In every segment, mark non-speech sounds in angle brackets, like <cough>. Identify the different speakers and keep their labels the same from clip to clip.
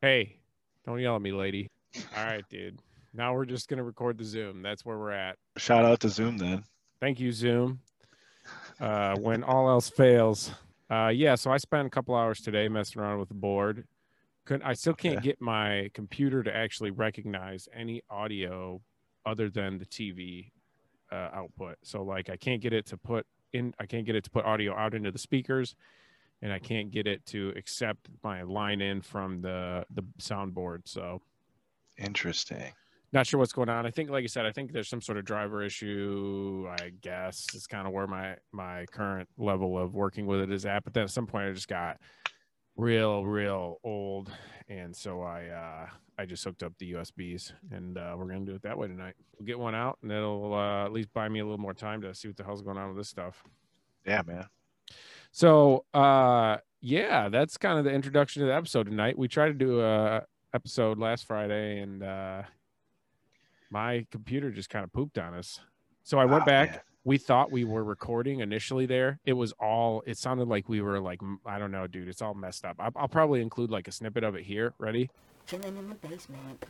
Speaker 1: Hey, don't yell at me, lady. All right, dude. Now we're just gonna record the Zoom. That's where we're at.
Speaker 2: Shout out to Zoom then.
Speaker 1: Thank you, Zoom. Uh, when all else fails, uh, yeah. So I spent a couple hours today messing around with the board. Couldn't I still can't
Speaker 2: Okay.
Speaker 1: get my computer to actually recognize any audio other than the TV uh, output. So like I can't get it to put in. I can't get it to put audio out into the speakers, and I can't get it to accept my line in from the the soundboard. So
Speaker 2: Interesting.
Speaker 1: not sure what's going on. I think, like I said, I think there's some sort of driver issue. I guess it's kind of where my my current level of working with it is at. But then at some point, I just got real, real old, and so I uh, I just hooked up the USBs, and uh, we're gonna do it that way tonight. We'll get one out, and it'll uh, at least buy me a little more time to see what the hell's going on with this stuff.
Speaker 2: Yeah, man.
Speaker 1: So uh yeah, that's kind of the introduction to the episode tonight. We tried to do a episode last Friday and uh my computer just kind of pooped on us. So I went
Speaker 2: Ah,
Speaker 1: back.
Speaker 2: man.
Speaker 1: We thought we were recording initially there. It was all it sounded like we were like m- I don't know, dude, it's all messed up. I'll, I'll probably include like a snippet of it here. Ready?
Speaker 3: Chilling in the basement.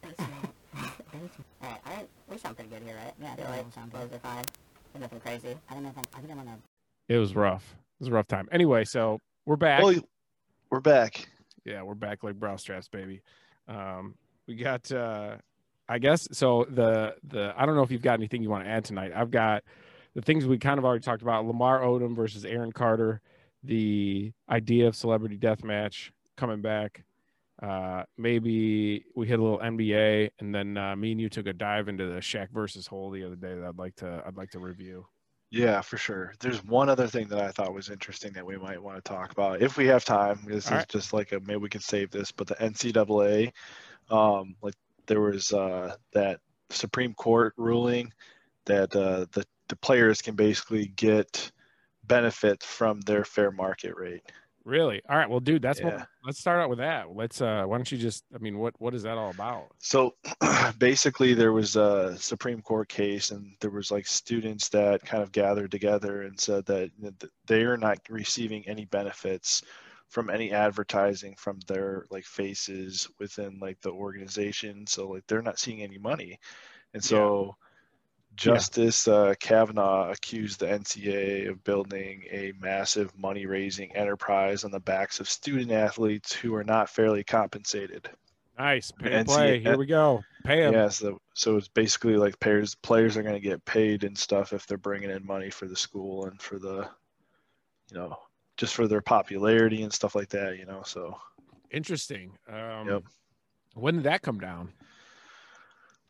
Speaker 3: Basement. basement.
Speaker 4: Alright, I think we sound pretty good here, right?
Speaker 3: Yeah,
Speaker 4: Feel
Speaker 3: they
Speaker 4: like
Speaker 3: all sound
Speaker 4: Those are fine. There's nothing crazy.
Speaker 3: I don't know if I'm, I think I'm on a,
Speaker 1: It was rough. It was a rough time. Anyway, so we're back.
Speaker 2: Well, we're back.
Speaker 1: yeah we're back like brow straps baby um we got uh i guess so the the i don't know if you've got anything you want to add tonight i've got the things we kind of already talked about lamar odom versus aaron carter the idea of celebrity death match coming back uh maybe we hit a little nba and then uh, me and you took a dive into the Shaq versus hole the other day that i'd like to i'd like to review
Speaker 2: Yeah, for sure. There's one other thing that I thought was interesting that we might want to talk about if we have time. This
Speaker 1: All
Speaker 2: is
Speaker 1: right.
Speaker 2: just like a maybe we can save this, but the NCAA, um, like there was uh, that Supreme Court ruling that uh, the the players can basically get benefit from their fair market rate.
Speaker 1: really all right well dude that's
Speaker 2: Yeah.
Speaker 1: what let's start out with that let's uh why don't you just i mean what what is that all about
Speaker 2: So <clears throat> basically, there was a Supreme Court case, and there was like students that kind of gathered together and said that th- they are not receiving any benefits from any advertising from their like faces within like the organization. So like they're not seeing any money, and
Speaker 1: Yeah.
Speaker 2: so Justice uh, Kavanaugh accused the NCAA of building a massive money raising enterprise on the backs of student athletes who are not fairly compensated.
Speaker 1: Nice pay to
Speaker 2: And see,
Speaker 1: play. Here
Speaker 2: that-
Speaker 1: we go. Pay him.
Speaker 2: Yeah, so so it's basically like players players are going to get paid and stuff if they're bringing in money for the school and for the, you know, just for their popularity and stuff like that. You know, so
Speaker 1: Interesting. Um,
Speaker 2: Yep.
Speaker 1: When did that come down?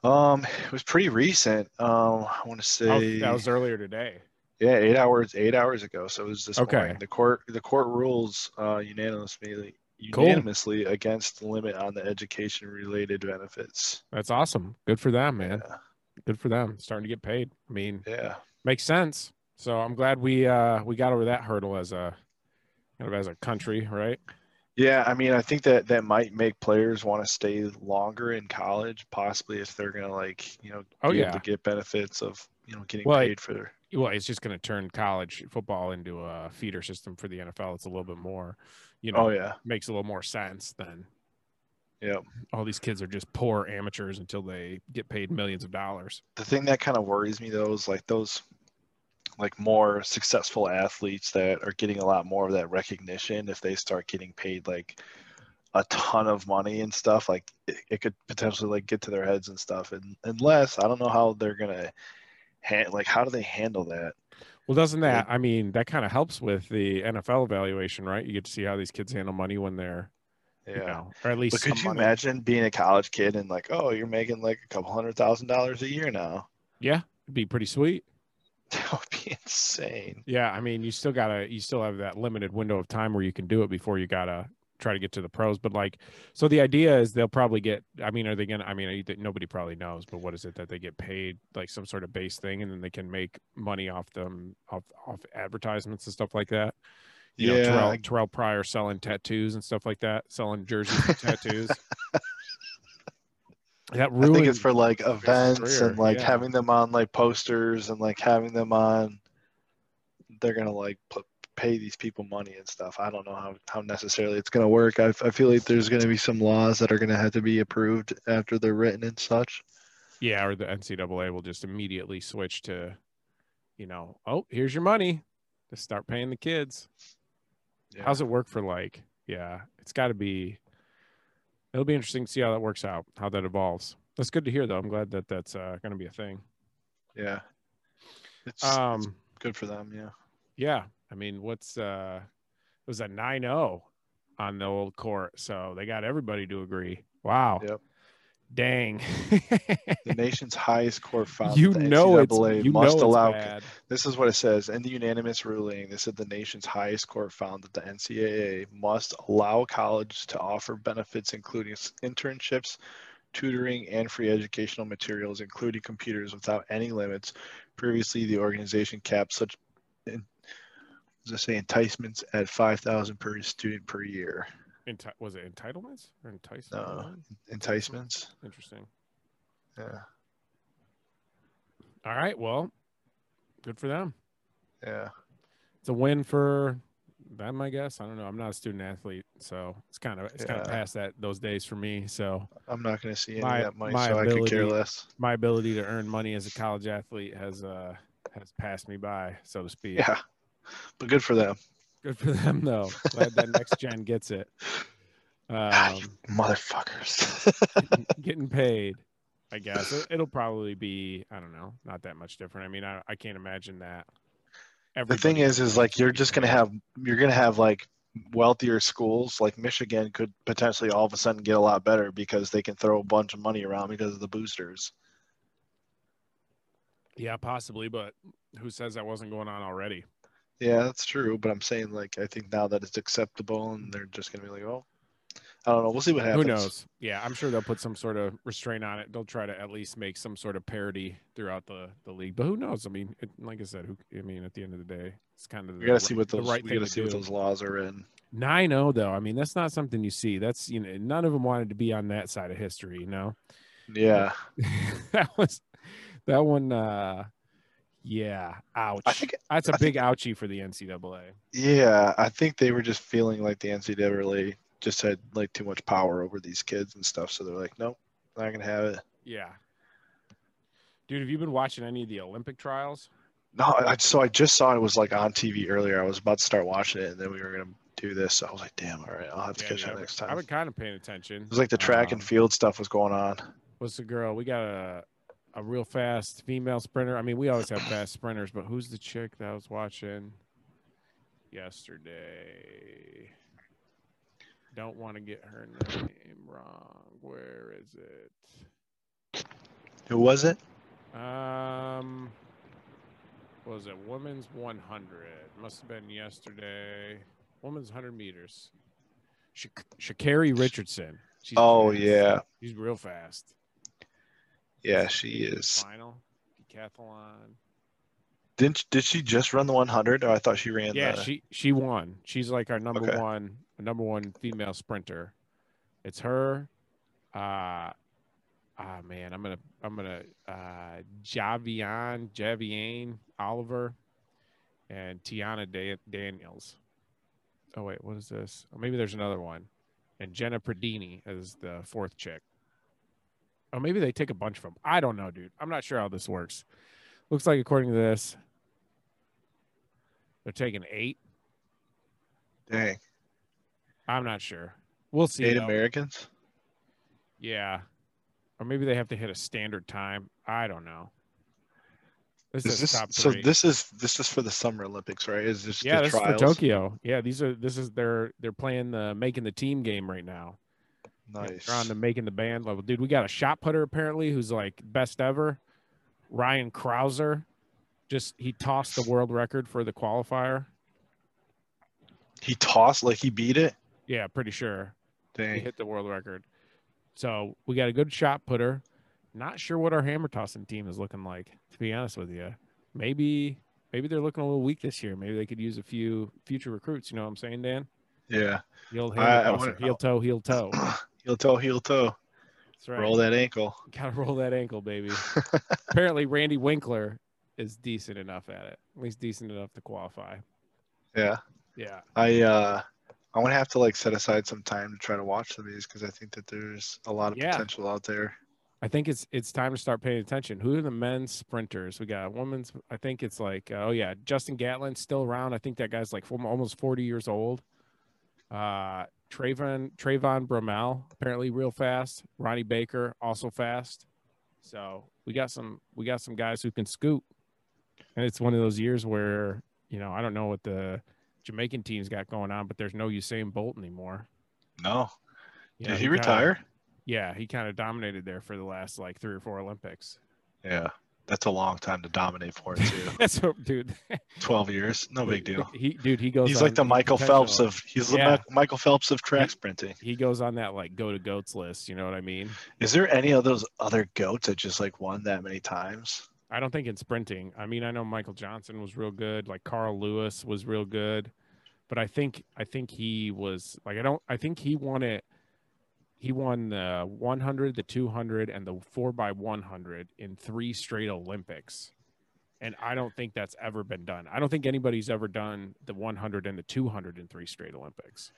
Speaker 2: um, it was pretty recent. Um, I want to
Speaker 1: That
Speaker 2: say
Speaker 1: was, that was earlier today.
Speaker 2: yeah, eight hours eight hours ago. So it was this
Speaker 1: Okay.
Speaker 2: morning. The court the court rules uh, unanimously
Speaker 1: Cool.
Speaker 2: unanimously against the limit on the education related benefits.
Speaker 1: That's awesome. Good for them, man.
Speaker 2: Yeah.
Speaker 1: Good for them. Starting to get paid. I mean,
Speaker 2: Yeah.
Speaker 1: makes sense. So I'm glad we uh we got over that hurdle as a kind of as a country, right?
Speaker 2: Yeah, I mean, I think that that might make players want to stay longer in college, possibly if they're gonna like, you know,
Speaker 1: Oh,
Speaker 2: be able
Speaker 1: yeah.
Speaker 2: to get benefits of, you know, getting
Speaker 1: Well, I-
Speaker 2: paid for their.
Speaker 1: Well, it's just going to turn college football into a feeder system for the NFL. It's a little bit more, you know,
Speaker 2: Oh yeah,
Speaker 1: makes a little more sense than
Speaker 2: yeah.
Speaker 1: all these kids are just poor amateurs until they get paid millions of dollars.
Speaker 2: The thing that kind of worries me though is like those, like more successful athletes that are getting a lot more of that recognition. If they start getting paid like a ton of money and stuff, like it, it could potentially like get to their heads and stuff. And unless I don't know how they're gonna, ha- like, how do they handle that?
Speaker 1: Well, doesn't
Speaker 2: Yeah.
Speaker 1: that? I mean, that kind of helps with the NFL evaluation, right? You get to see how these kids handle money when they're, you know, or at least.
Speaker 2: But
Speaker 1: some
Speaker 2: could you
Speaker 1: money.
Speaker 2: imagine being a college kid and like, oh, you're making like a couple hundred thousand dollars a year now? <laughs>
Speaker 1: Yeah, it'd be pretty sweet.
Speaker 2: That would be insane.
Speaker 1: Yeah, I mean, you still gotta, you still have that limited window of time where you can do it before you gotta try to get to the pros. But like, so the idea is they'll probably get. I mean, are they gonna? I mean, I- that nobody probably knows, but what is it that they get paid like some sort of base thing, and then they can make money off them off off advertisements and stuff like that. You know, Terrell,
Speaker 2: I-
Speaker 1: Terrell Pryor selling tattoos and stuff like that, selling jerseys and
Speaker 2: <laughs>
Speaker 1: tattoos. that
Speaker 2: I
Speaker 1: ruined.
Speaker 2: think it's for like
Speaker 1: his
Speaker 2: events
Speaker 1: career,
Speaker 2: and like
Speaker 1: yeah.
Speaker 2: having them on like posters and like having them on. They're gonna like put pay these people money and stuff. I don't know how, how necessarily it's going to work. I, I feel like there's going to be some laws that are going to have to be approved after they're written and such.
Speaker 1: Yeah, or the NCAA will just immediately switch to, you know, oh, here's your money. Just start paying the kids.
Speaker 2: Yeah.
Speaker 1: How's it work for like, yeah, it's got to be, it'll be interesting to see how that works out, how that evolves. That's good to hear, though. I'm glad that that's uh, going to be a thing.
Speaker 2: Yeah. It's, it's
Speaker 1: Um,
Speaker 2: good for them. Yeah.
Speaker 1: yeah, I mean, what's uh, it was a 9 0 on the old court, so they got everybody to agree. Wow.
Speaker 2: Yep.
Speaker 1: Dang. <laughs>
Speaker 2: The nation's highest court found
Speaker 1: you
Speaker 2: that the
Speaker 1: know it's
Speaker 2: NCAA
Speaker 1: you know
Speaker 2: must
Speaker 1: it's
Speaker 2: allow
Speaker 1: bad.
Speaker 2: This is what it says in the unanimous ruling. This is the nation's highest court found that the NCAA must allow colleges to offer benefits including s- internships, tutoring, and free educational materials, including computers, without any limits. Previously, the organization capped such en- does it say enticements at five thousand per student per year.
Speaker 1: Enti- was it entitlements or enticement?
Speaker 2: No. Enticements,
Speaker 1: Interesting.
Speaker 2: yeah,
Speaker 1: All right. Well, good for them.
Speaker 2: yeah,
Speaker 1: It's a win for them, I guess. I don't know. I'm not a student athlete, so it's kind of it's kind of
Speaker 2: Yeah.
Speaker 1: past that those days for me. So
Speaker 2: I'm not going to see any
Speaker 1: My-
Speaker 2: of that money,
Speaker 1: my
Speaker 2: so I could care
Speaker 1: ability-
Speaker 2: less.
Speaker 1: my ability to earn money as a college athlete has uh has passed me by, so to speak.
Speaker 2: Yeah, but good for them,
Speaker 1: Good for them though. Glad that next gen gets
Speaker 2: <laughs>
Speaker 1: it.
Speaker 2: God,
Speaker 1: Um,
Speaker 2: you motherfuckers.
Speaker 1: getting paid. I guess It- it'll probably be I don't know, not that much different. I mean, I, I can't imagine that.
Speaker 2: <laughs> the thing
Speaker 1: everybody
Speaker 2: is is like
Speaker 1: should
Speaker 2: you're
Speaker 1: be
Speaker 2: just gonna
Speaker 1: paid.
Speaker 2: have you're gonna have like wealthier schools like michigan could potentially all of a sudden get a lot better because they can throw a bunch of money around because of the boosters
Speaker 1: Yeah, possibly, but who says that wasn't going on already?
Speaker 2: yeah that's true but i'm saying like i think now that it's acceptable and they're just gonna be like oh i don't know we'll see what happens
Speaker 1: Who knows? Yeah, I'm sure they'll put some sort of restraint on it. They'll try to at least make some sort of parity throughout the the league. But who knows? I mean, it, like I said, who, I mean, at the end of the day, it's kind of
Speaker 2: we
Speaker 1: the
Speaker 2: gotta
Speaker 1: right-
Speaker 2: see what
Speaker 1: the
Speaker 2: those
Speaker 1: right
Speaker 2: we
Speaker 1: thing
Speaker 2: gotta
Speaker 1: to
Speaker 2: see what
Speaker 1: do.
Speaker 2: those laws are in
Speaker 1: Nine zero though. I mean, that's not something you see. That's you know, none of them wanted to be on that side of history. You
Speaker 2: <laughs>
Speaker 1: know, <laughs>
Speaker 2: yeah
Speaker 1: that was that one. uh Yeah, ouch.
Speaker 2: i think
Speaker 1: that's a
Speaker 2: I
Speaker 1: big ouchie for the NCAA.
Speaker 2: yeah i think they were just feeling like the ncaa just had like too much power over these kids and stuff so they're like nope not gonna have it
Speaker 1: Yeah, dude, have you been watching any of the Olympic trials?
Speaker 2: No, I, I- so I just saw it was like on TV earlier. I was about to start watching it, and then we were gonna do this. So I was like, "Damn, all right, I'll have to
Speaker 1: Yeah,
Speaker 2: catch
Speaker 1: yeah,
Speaker 2: that
Speaker 1: I've-
Speaker 2: next
Speaker 1: I've
Speaker 2: time."
Speaker 1: been kind of paying attention.
Speaker 2: It was like the track
Speaker 1: Um,
Speaker 2: and field stuff was going on.
Speaker 1: what's the girl? We got a a real fast female sprinter. I mean, we always have fast sprinters, but who's the chick that I was watching yesterday? Don't want to get her name wrong. Where is it?
Speaker 2: Who was it?
Speaker 1: Um, what was it women's 100? Must have been yesterday. Women's 100 meters. Sha- Sha'Carri Richardson. She's
Speaker 2: Oh
Speaker 1: fast.
Speaker 2: yeah,
Speaker 1: she's real fast.
Speaker 2: yeah, she is.
Speaker 1: Final decathlon.
Speaker 2: Didn't did she just run the 100? Or I thought she ran.
Speaker 1: yeah,
Speaker 2: the,
Speaker 1: she she won. She's like our number
Speaker 2: Okay.
Speaker 1: one number one female sprinter. It's her. Uh ah man, I'm gonna I'm gonna uh Javian Javian Oliver and Tiana da- Daniels. Oh wait, what is this? Oh, maybe there's another one. And Jenna Pradini is the fourth chick. Oh, maybe they take a bunch of them. I don't know, dude. I'm not sure how this works. Looks like according to this, they're taking eight.
Speaker 2: dang
Speaker 1: I'm not sure. We'll see.
Speaker 2: eight
Speaker 1: though.
Speaker 2: Americans.
Speaker 1: Yeah. Or maybe they have to hit a standard time. I don't know. This
Speaker 2: Is
Speaker 1: is
Speaker 2: this
Speaker 1: top
Speaker 2: so?
Speaker 1: three.
Speaker 2: This is this is for the Summer Olympics, right? Is this
Speaker 1: yeah,
Speaker 2: the
Speaker 1: this
Speaker 2: trials?
Speaker 1: is for Tokyo. Yeah, these are this is they're they're playing the making the team game right now. Yeah,
Speaker 2: Nice.
Speaker 1: They're on the making the band level. Dude, we got a shot putter apparently who's like best ever. Ryan Krauser. Just he tossed the world record for the qualifier.
Speaker 2: He tossed like he beat it.
Speaker 1: Yeah, pretty sure. He
Speaker 2: Dang.
Speaker 1: hit the world record. So we got a good shot putter. Not sure what our hammer tossing team is looking like, to be honest with you. Maybe maybe they're looking a little weak this year. Maybe they could use a few future recruits. You know what I'm saying, Dan?
Speaker 2: Yeah.
Speaker 1: Heel
Speaker 2: I- I
Speaker 1: hammer tosser,
Speaker 2: wouldn't-
Speaker 1: heel toe, heel
Speaker 2: <coughs>
Speaker 1: toe.
Speaker 2: heel toe, heel toe.
Speaker 1: That's right.
Speaker 2: Roll that ankle.
Speaker 1: Gotta roll that ankle,
Speaker 2: <laughs>
Speaker 1: baby. Apparently Randy Winkler is decent enough at it. At least decent enough to qualify.
Speaker 2: Yeah.
Speaker 1: Yeah.
Speaker 2: I uh I'm gonna have to like set aside some time to try to watch some of these because I think that there's a lot of
Speaker 1: Yeah.
Speaker 2: potential out there.
Speaker 1: I think it's it's time to start paying attention. Who are the men's sprinters? We got women's. I think it's like uh, oh yeah, Justin Gatlin's still around. I think that guy's like form- almost forty years old. Uh, Trayvon Trayvon Bromell apparently real fast. Ronnie Baker also fast. So we got some we got some guys who can scoot. And it's one of those years where you know I don't know what the Jamaican team's got going on, but there's no Usain Bolt anymore.
Speaker 2: No.
Speaker 1: You
Speaker 2: Did
Speaker 1: know,
Speaker 2: he
Speaker 1: kinda-
Speaker 2: retire?
Speaker 1: yeah, he kind of dominated there for the last like three or four Olympics.
Speaker 2: Yeah. That's a long time to dominate for too. <laughs>
Speaker 1: <laughs> That's what, dude.
Speaker 2: Twelve years, no big deal.
Speaker 1: <laughs> He, dude, he goes.
Speaker 2: He's
Speaker 1: on-
Speaker 2: like the Michael
Speaker 1: potential.
Speaker 2: Phelps of he's the
Speaker 1: Yeah.
Speaker 2: Mi- Michael Phelps of track sprinting.
Speaker 1: He goes on that like go to goats list. You know what I mean?
Speaker 2: Is there any of those other goats that just like won that many times?
Speaker 1: I don't think in sprinting. I mean, I know Michael Johnson was real good. Like Carl Lewis was real good, but I think I think he was like I don't. I think he won it. He won the 100, the 200, and the four by 100 in three straight Olympics. And I don't think that's ever been done. I don't think anybody's ever done the 100 and the 200 in three straight Olympics.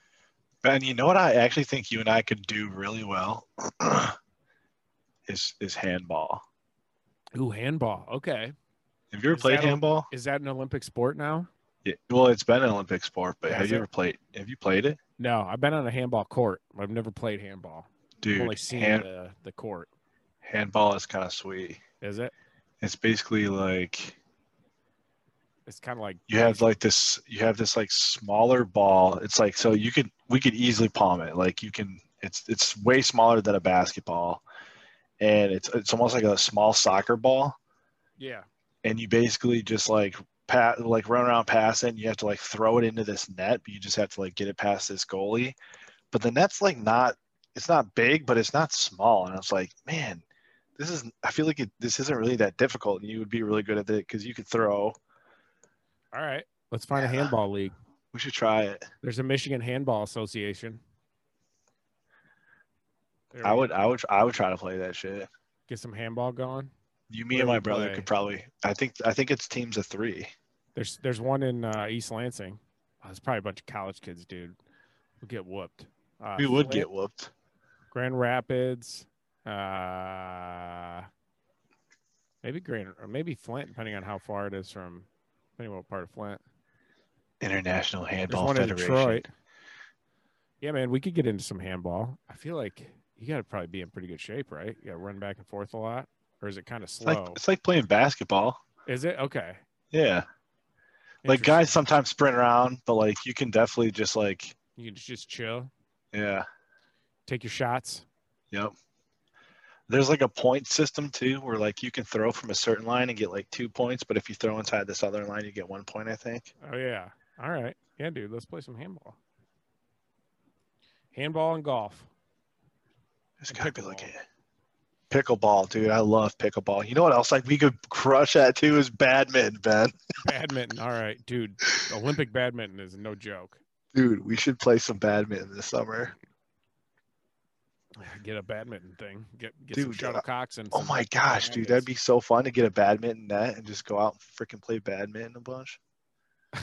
Speaker 2: Ben, you know what I actually think you and I could do really well <clears throat> is is handball.
Speaker 1: Ooh, handball. Okay.
Speaker 2: Have you ever
Speaker 1: Is
Speaker 2: played
Speaker 1: that a-
Speaker 2: handball?
Speaker 1: Is that an Olympic sport now?
Speaker 2: Yeah. Well, it's been an Olympic sport, but
Speaker 1: Has
Speaker 2: have you
Speaker 1: it?
Speaker 2: ever played? Have you played it,
Speaker 1: No, I've been on a handball court. but I've never played handball. I've
Speaker 2: dude?
Speaker 1: only seen
Speaker 2: hand-
Speaker 1: the, the court.
Speaker 2: handball is kind of sweet.
Speaker 1: Is it?
Speaker 2: It's basically like
Speaker 1: It's kind of like
Speaker 2: you have like this. You have this like smaller ball. It's like so you could we could easily palm it. Like you can. It's it's way smaller than a basketball, and it's it's almost like a small soccer ball.
Speaker 1: yeah,
Speaker 2: and you basically just like pat like run around pass it and you have to like throw it into this net but you just have to like get it past this goalie but the net's like not it's not big but it's not small and i was like man this is i feel like it, this isn't really that difficult and you would be really good at it because you could throw
Speaker 1: All right, let's find a
Speaker 2: Yeah.
Speaker 1: handball league.
Speaker 2: we should try it
Speaker 1: There's a Michigan Handball Association. There
Speaker 2: i
Speaker 1: we
Speaker 2: would
Speaker 1: go.
Speaker 2: i would i would try to play that shit
Speaker 1: get some handball going.
Speaker 2: you
Speaker 1: Where
Speaker 2: me
Speaker 1: do
Speaker 2: and my
Speaker 1: we
Speaker 2: brother
Speaker 1: play?
Speaker 2: could probably i think i think it's teams of three
Speaker 1: There's there's one in uh, East Lansing. Oh, there's probably a bunch of college kids, dude. We get whooped. Uh,
Speaker 2: we would
Speaker 1: Flint,
Speaker 2: get whooped
Speaker 1: Grand Rapids. Uh, maybe Grand or maybe Flint, depending on how far it is from, depending what part of Flint.
Speaker 2: international
Speaker 1: There's
Speaker 2: handball
Speaker 1: one in
Speaker 2: federation
Speaker 1: Detroit. Yeah, man, we could get into some handball. I feel like you got to probably be in pretty good shape, right? You got to run back and forth a lot, or is it kind of
Speaker 2: it's
Speaker 1: slow?
Speaker 2: like it's like playing basketball
Speaker 1: is it okay?
Speaker 2: yeah like guys
Speaker 1: Interesting.
Speaker 2: sometimes sprint around but like you can definitely just like
Speaker 1: you can just chill,
Speaker 2: yeah
Speaker 1: take your shots.
Speaker 2: yep there's like a point system too where like you can throw from a certain line and get like two points but if you throw inside this other line you get one point i think
Speaker 1: Oh yeah, all right, yeah, dude, let's play some handball. Handball and golf.
Speaker 2: it's
Speaker 1: And
Speaker 2: gotta be like
Speaker 1: pickleball.
Speaker 2: a pickleball dude i love pickleball you know what else like we could crush at too is badminton ben
Speaker 1: badminton. All right, dude. Olympic badminton is no joke.
Speaker 2: dude we should play some badminton this summer
Speaker 1: Get a badminton thing. Get get some
Speaker 2: Dude, uh,
Speaker 1: shuttlecocks and.
Speaker 2: oh
Speaker 1: some-
Speaker 2: my gosh dude that'd be so fun to get a badminton net and just go out and freaking play badminton a bunch
Speaker 1: <laughs>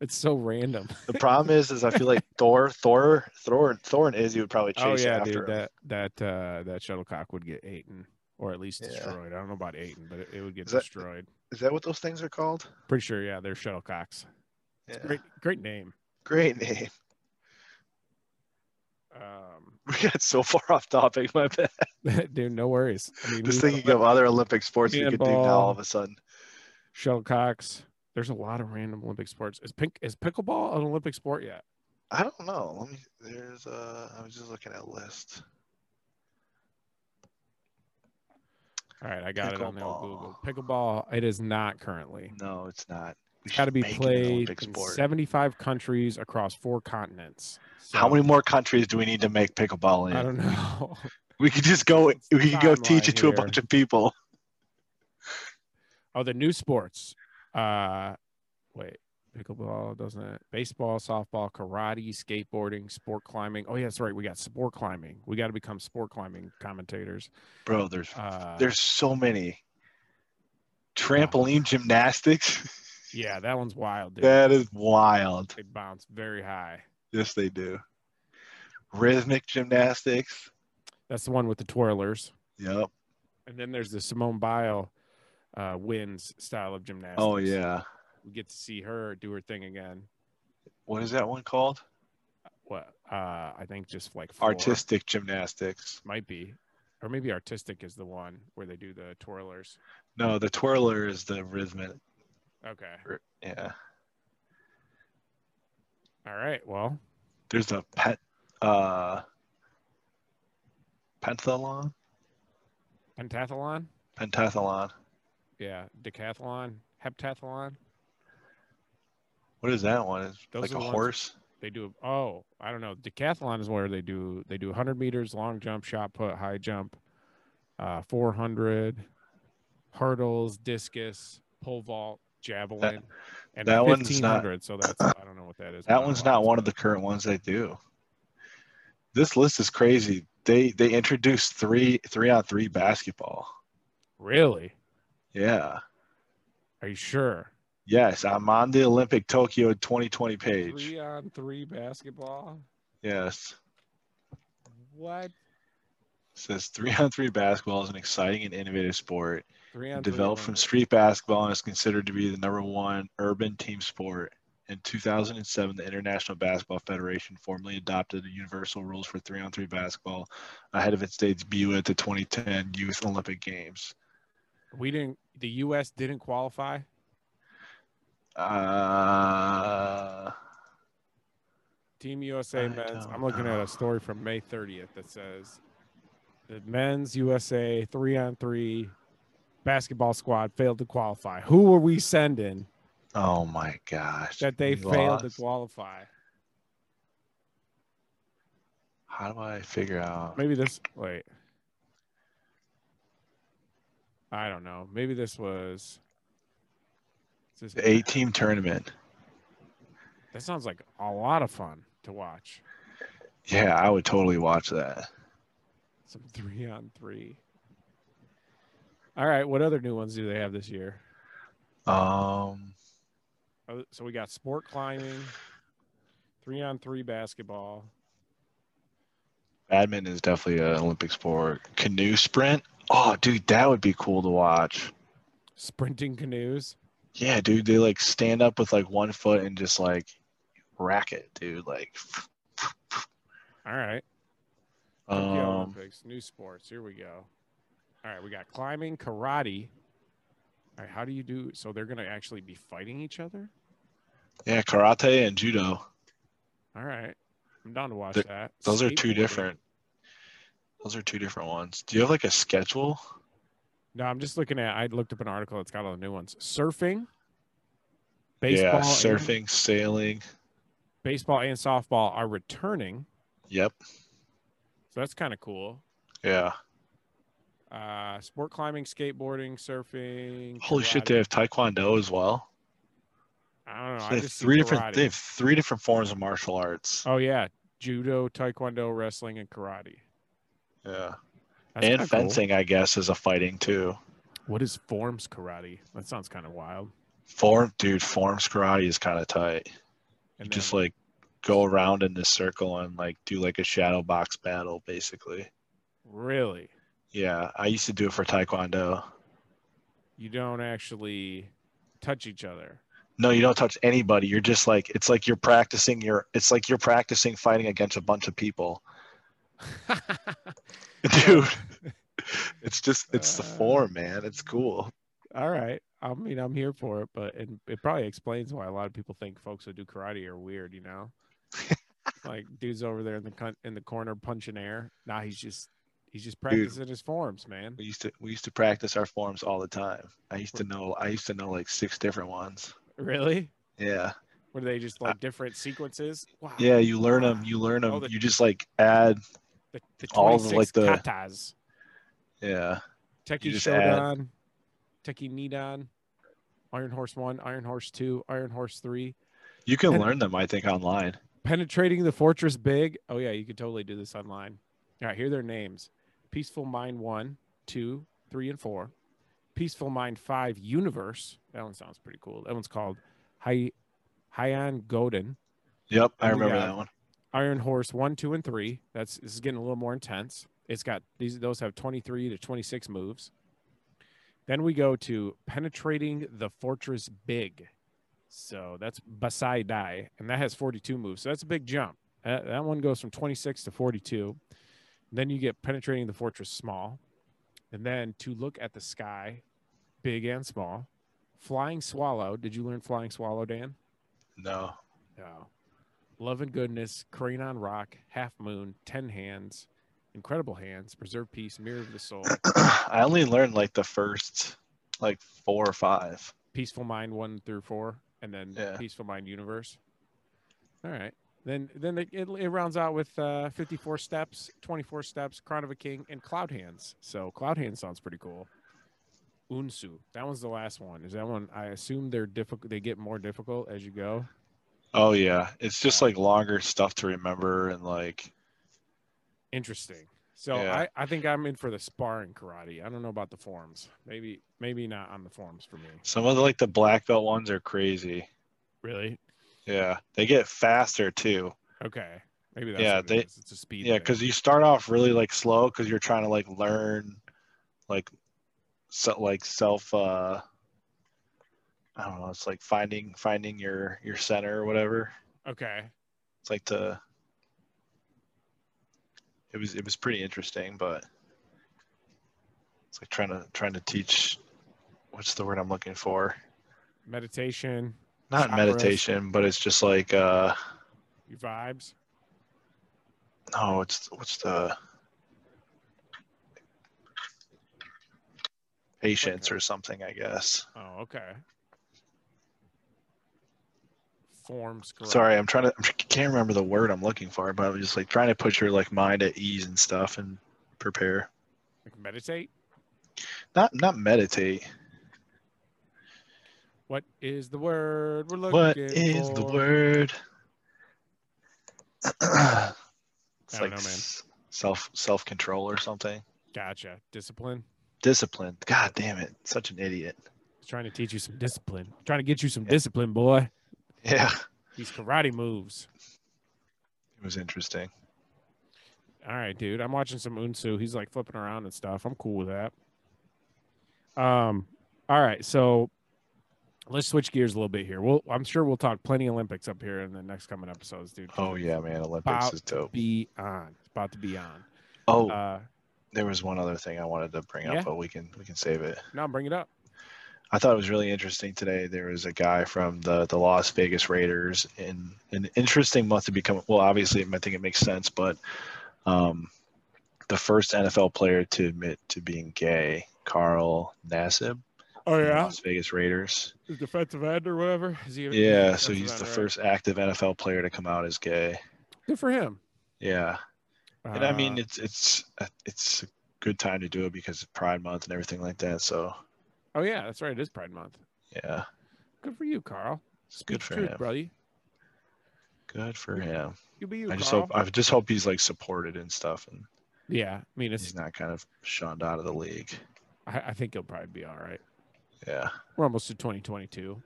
Speaker 1: it's so
Speaker 2: <laughs>
Speaker 1: random.
Speaker 2: The problem is, is I feel like Thor, Thor, Thor, Thor, and Izzy would probably
Speaker 1: Oh
Speaker 2: chase
Speaker 1: yeah,
Speaker 2: after
Speaker 1: dude.
Speaker 2: him.
Speaker 1: That that uh, that shuttlecock would get eaten or at least
Speaker 2: Yeah.
Speaker 1: destroyed. I don't know about eaten, but it, it would get
Speaker 2: Is that-
Speaker 1: destroyed.
Speaker 2: Is that what those things are called?
Speaker 1: Pretty sure. Yeah, they're shuttlecocks.
Speaker 2: Yeah.
Speaker 1: Great,
Speaker 2: Great.
Speaker 1: great name. <laughs>
Speaker 2: name.
Speaker 1: Um, <laughs>
Speaker 2: We got so far off topic. My bad.
Speaker 1: dude, no worries. I mean,
Speaker 2: Just
Speaker 1: we-
Speaker 2: thinking of uh, other Olympic sports we could do now.
Speaker 1: Handball.
Speaker 2: All of a sudden,
Speaker 1: shuttlecocks. There's a lot of random Olympic sports. Is pink is pickleball an Olympic sport yet?
Speaker 2: I don't know. Let me. There's. Uh, I was just looking at a list.
Speaker 1: All right, I got it on the old Google.
Speaker 2: Pickleball.
Speaker 1: Pickleball, it is not currently.
Speaker 2: No, it's not. We
Speaker 1: It's got to
Speaker 2: should
Speaker 1: be
Speaker 2: make it an
Speaker 1: played
Speaker 2: Olympic
Speaker 1: in
Speaker 2: sport.
Speaker 1: 75 countries across four continents.
Speaker 2: How
Speaker 1: So,
Speaker 2: many more countries do we need to make pickleball
Speaker 1: I
Speaker 2: in?
Speaker 1: don't know. <laughs>
Speaker 2: We could just go.
Speaker 1: What's the
Speaker 2: We could go teach
Speaker 1: timeline
Speaker 2: it to a
Speaker 1: here?
Speaker 2: bunch of people.
Speaker 1: Oh, the new sports. Uh, wait, pickleball doesn't it? Baseball, softball, karate, skateboarding, sport climbing. Oh yeah, that's right. We got sport climbing. We got to become sport climbing commentators.
Speaker 2: Bro, there's
Speaker 1: Uh,
Speaker 2: there's so many. Trampoline gymnastics. <laughs>
Speaker 1: Yeah, that one's wild, dude.
Speaker 2: That is wild.
Speaker 1: They bounce very high.
Speaker 2: Yes, they do. Rhythmic gymnastics.
Speaker 1: That's the one with the twirlers.
Speaker 2: Yep.
Speaker 1: And then there's the Simone Biles uh, wins style of gymnastics.
Speaker 2: Oh yeah.
Speaker 1: We get to see her do her thing again.
Speaker 2: What is that one called?
Speaker 1: What uh, I think just like four
Speaker 2: Artistic gymnastics.
Speaker 1: might be, or maybe artistic is the one where they do the twirlers.
Speaker 2: No, the twirler is the rhythmic.
Speaker 1: Okay.
Speaker 2: Yeah.
Speaker 1: All right. Well,
Speaker 2: There's a pet. Uh. Pentathlon.
Speaker 1: pentathlon.
Speaker 2: Pentathlon.
Speaker 1: Yeah, decathlon, heptathlon.
Speaker 2: What is that one? It's
Speaker 1: Those
Speaker 2: like
Speaker 1: are
Speaker 2: a
Speaker 1: the ones-
Speaker 2: horse.
Speaker 1: They do. Oh, I don't know. Decathlon is where they do. They do 100 meters, long jump, shot put, high jump, uh, 400, hurdles, discus, pole vault, javelin, and
Speaker 2: that
Speaker 1: a
Speaker 2: one's
Speaker 1: 1500. So that's I don't know what that is.
Speaker 2: That one's not one of the current ones they do. This list is crazy. They they introduced three three on three basketball.
Speaker 1: Really?
Speaker 2: Yeah.
Speaker 1: Are you sure?
Speaker 2: Yes, I'm on the Olympic Tokyo 2020 page.
Speaker 1: Three on three basketball.
Speaker 2: Yes.
Speaker 1: What?
Speaker 2: It says three on three basketball is an exciting and innovative sport
Speaker 1: Three on
Speaker 2: developed
Speaker 1: three
Speaker 2: from
Speaker 1: Olympics.
Speaker 2: street basketball and is considered to be the number one urban team sport. In 2007, the International Basketball Federation formally adopted the universal rules for three on three basketball ahead of its debut at the 2010 Youth Olympic Games.
Speaker 1: We didn't. The U.S. didn't qualify.
Speaker 2: Uh,
Speaker 1: Team USA
Speaker 2: I
Speaker 1: men's.
Speaker 2: don't
Speaker 1: I'm looking at
Speaker 2: know.
Speaker 1: a story from May 30th that says the men's USA three on three basketball squad failed to qualify. Who were we sending
Speaker 2: oh my gosh.
Speaker 1: that they
Speaker 2: we
Speaker 1: failed to
Speaker 2: lost.
Speaker 1: qualify?
Speaker 2: How do I figure out?
Speaker 1: Maybe this. Wait. I don't know. Maybe this was. is this-
Speaker 2: The eight team tournament.
Speaker 1: That sounds like a lot of fun to watch.
Speaker 2: Yeah, I would totally watch that.
Speaker 1: Some three on three. All right. What other new ones do they have this year?
Speaker 2: Um,
Speaker 1: Oh, So we got sport climbing, three on three basketball.
Speaker 2: badminton is definitely an Olympic sport. Canoe sprint. Oh, dude, that would be cool to watch.
Speaker 1: sprinting canoes.
Speaker 2: Yeah, dude, they like stand up with like one foot and just like rack it, dude. Like,
Speaker 1: All right. Tokyo
Speaker 2: um,
Speaker 1: Olympics, new sports. Here we go. All right, we got climbing, karate. All right, how do you do? So they're going to actually be fighting each other?
Speaker 2: yeah, karate and judo.
Speaker 1: All right. I'm down to watch
Speaker 2: Th-
Speaker 1: that.
Speaker 2: Those are two
Speaker 1: Skateboarding.
Speaker 2: different. Those are two different ones. Do you have like a schedule?
Speaker 1: No, I'm just looking at, I looked up an article that's got all the new ones. Surfing, baseball,
Speaker 2: yeah,
Speaker 1: and-
Speaker 2: surfing, sailing.
Speaker 1: baseball and softball are returning.
Speaker 2: Yep.
Speaker 1: So that's kind of cool.
Speaker 2: Yeah.
Speaker 1: Uh, sport climbing, skateboarding, surfing.
Speaker 2: Holy shit,
Speaker 1: karate.
Speaker 2: they have taekwondo as well.
Speaker 1: I don't know.
Speaker 2: So
Speaker 1: I
Speaker 2: they have
Speaker 1: just see
Speaker 2: three different.
Speaker 1: karate.
Speaker 2: They have three different forms of martial arts.
Speaker 1: Oh yeah, judo, taekwondo, wrestling, and karate. Oh.
Speaker 2: Yeah.
Speaker 1: That's kinda
Speaker 2: and
Speaker 1: cool.
Speaker 2: fencing, I guess, is a fighting too.
Speaker 1: What is forms karate? That sounds kind of wild.
Speaker 2: Form, dude, forms karate is kind of tight.
Speaker 1: And
Speaker 2: you just
Speaker 1: then-
Speaker 2: like go around in this circle and like do like a shadow box battle, basically.
Speaker 1: really,
Speaker 2: Yeah, I used to do it for taekwondo.
Speaker 1: you don't actually touch each other. <laughs>
Speaker 2: No, you don't touch anybody. You're just like it's like you're practicing your. It's like you're practicing fighting against a bunch of people, <laughs> dude. it's just it's the
Speaker 1: Uh.
Speaker 2: form, man. It's cool.
Speaker 1: All right. I mean, I'm here for it, but it, it probably explains why a lot of people think folks who do karate are weird. You
Speaker 2: <laughs>
Speaker 1: know, like dudes over there in the cunt in the corner punching air. Nah, he's just he's just practicing his forms, man.
Speaker 2: We used to we used to practice our forms all the time. I used to know I used to know like six different ones.
Speaker 1: Really?
Speaker 2: Yeah.
Speaker 1: Were they just like different sequences? Wow.
Speaker 2: Yeah, you learn them. You learn them.
Speaker 1: Oh, the-
Speaker 2: you just like add.
Speaker 1: the, the
Speaker 2: All
Speaker 1: 26
Speaker 2: the, like, the-
Speaker 1: katas.
Speaker 2: Yeah,
Speaker 1: Teki
Speaker 2: just add-
Speaker 1: Shodan, Teki Nidan, Iron Horse 1, Iron Horse 2, Iron Horse 3.
Speaker 2: you
Speaker 1: <laughs>
Speaker 2: can
Speaker 1: And-
Speaker 2: learn them. I think online.
Speaker 1: Penetrating the Fortress Big. Oh, yeah, you could totally do this online. All right, here are their names Peaceful Mind 1, 2, 3, and 4. Peaceful Mind 5 Universe. That one sounds pretty cool. That one's called Hi Hyan Godin.
Speaker 2: Yep, I
Speaker 1: Oh,
Speaker 2: remember
Speaker 1: yeah.
Speaker 2: that one.
Speaker 1: Iron Horse 1, 2, and 3. That's this is getting a little more intense. It's got these those have 23 to 26 moves. Then we go to Penetrating the Fortress Big. So that's Basai Dai, and that has 42 moves. So that's a big jump. That, that one goes from 26 to 42. Then you get Penetrating the Fortress Small. And then to look at the sky, big and small. Flying Swallow. Did you learn Flying Swallow, Dan?
Speaker 2: No. <clears throat>
Speaker 1: No. Love and Goodness, Crane on Rock, Half Moon, Ten Hands, Incredible Hands, Preserve Peace, Mirror of the Soul,
Speaker 2: I only learned like the first like four or five.
Speaker 1: Peaceful Mind one through four, and then
Speaker 2: Yeah.
Speaker 1: Peaceful Mind Universe. All right. Then then it, it, it rounds out with uh, 54 steps, 24 steps, Crown of a King, and Cloud Hands. So Cloud Hands sounds pretty cool. Unsu. That one's the last one. Is that one? I assume they're difficult. They get more difficult as you go.
Speaker 2: Oh yeah. It's just like longer stuff to remember and like
Speaker 1: Interesting. So
Speaker 2: Yeah.
Speaker 1: I, I think I'm in for the sparring karate. I don't know about the forms. Maybe maybe not on the forms for me.
Speaker 2: some of the like the black belt ones are crazy.
Speaker 1: Really?
Speaker 2: Yeah. They get faster too.
Speaker 1: Okay. Maybe that's
Speaker 2: Yeah,
Speaker 1: what it
Speaker 2: they-
Speaker 1: is. it's a speed.
Speaker 2: Yeah,
Speaker 1: thing.
Speaker 2: because you start off really like slow because you're trying to like learn like so like self uh I don't know, it's like finding finding your your center or whatever.
Speaker 1: okay.
Speaker 2: It's like the it was it was pretty interesting, but it's like trying to trying to teach what's the word I'm looking for?
Speaker 1: Meditation,
Speaker 2: Not
Speaker 1: Chakras.
Speaker 2: meditation, but it's just like uh
Speaker 1: your vibes.
Speaker 2: no, it's Oh, what's the patience or something, I guess.
Speaker 1: Oh, okay. Forms karate.
Speaker 2: Sorry, I'm trying to I can't remember the word I'm looking for, but I'm just like trying to put your like mind at ease and stuff and prepare.
Speaker 1: Like meditate.
Speaker 2: Not not meditate.
Speaker 1: What is the word we're looking
Speaker 2: What is the
Speaker 1: for? <coughs>
Speaker 2: word? it's
Speaker 1: I don't
Speaker 2: like
Speaker 1: know, man.
Speaker 2: s- self self control or something.
Speaker 1: Gotcha. Discipline.
Speaker 2: Discipline. God damn it! Such an idiot. <laughs>
Speaker 1: Trying to teach you some discipline. Trying to get you some
Speaker 2: Yeah.
Speaker 1: discipline, boy.
Speaker 2: Yeah,
Speaker 1: These karate moves.
Speaker 2: it was interesting.
Speaker 1: All right, dude. I'm watching some Unsu. He's like flipping around and stuff. I'm cool with that. Um, all right, so let's switch gears a little bit here. We'll I'm sure we'll talk plenty Olympics up here in the next coming episodes, dude. 'cause
Speaker 2: Oh yeah, man, Olympics
Speaker 1: Bob-
Speaker 2: is dope.
Speaker 1: Be on. It's about to be on.
Speaker 2: Oh,
Speaker 1: Uh
Speaker 2: there was one other thing I wanted to bring up,
Speaker 1: Yeah?
Speaker 2: but we can we can save it.
Speaker 1: no, bring it up.
Speaker 2: I thought it was really interesting today. There was a guy from the, the Las Vegas Raiders in an interesting month to become. Well, obviously, I think it makes sense, but um, the first NFL player to admit to being gay, Carl Nassib,
Speaker 1: Oh
Speaker 2: from the Las Vegas Raiders.
Speaker 1: defensive end or whatever. Is he
Speaker 2: Yeah, so he's the first active NFL player to come out as gay.
Speaker 1: good for him.
Speaker 2: Yeah, and I mean
Speaker 1: Uh,
Speaker 2: it's it's it's a good time to do it because of Pride Month and everything like that. So
Speaker 1: oh yeah, that's right. It is Pride Month.
Speaker 2: yeah,
Speaker 1: Good for you, Carl.
Speaker 2: it's good
Speaker 1: the
Speaker 2: for
Speaker 1: truth,
Speaker 2: him.
Speaker 1: brother.
Speaker 2: Good for him.
Speaker 1: You be you,
Speaker 2: I just
Speaker 1: Carl.
Speaker 2: hope I just hope he's like supported and stuff, and
Speaker 1: yeah, I mean, it's
Speaker 2: he's not kind of shunned out of the league.
Speaker 1: I, I think he'll probably be all right.
Speaker 2: Yeah,
Speaker 1: We're almost to 2022.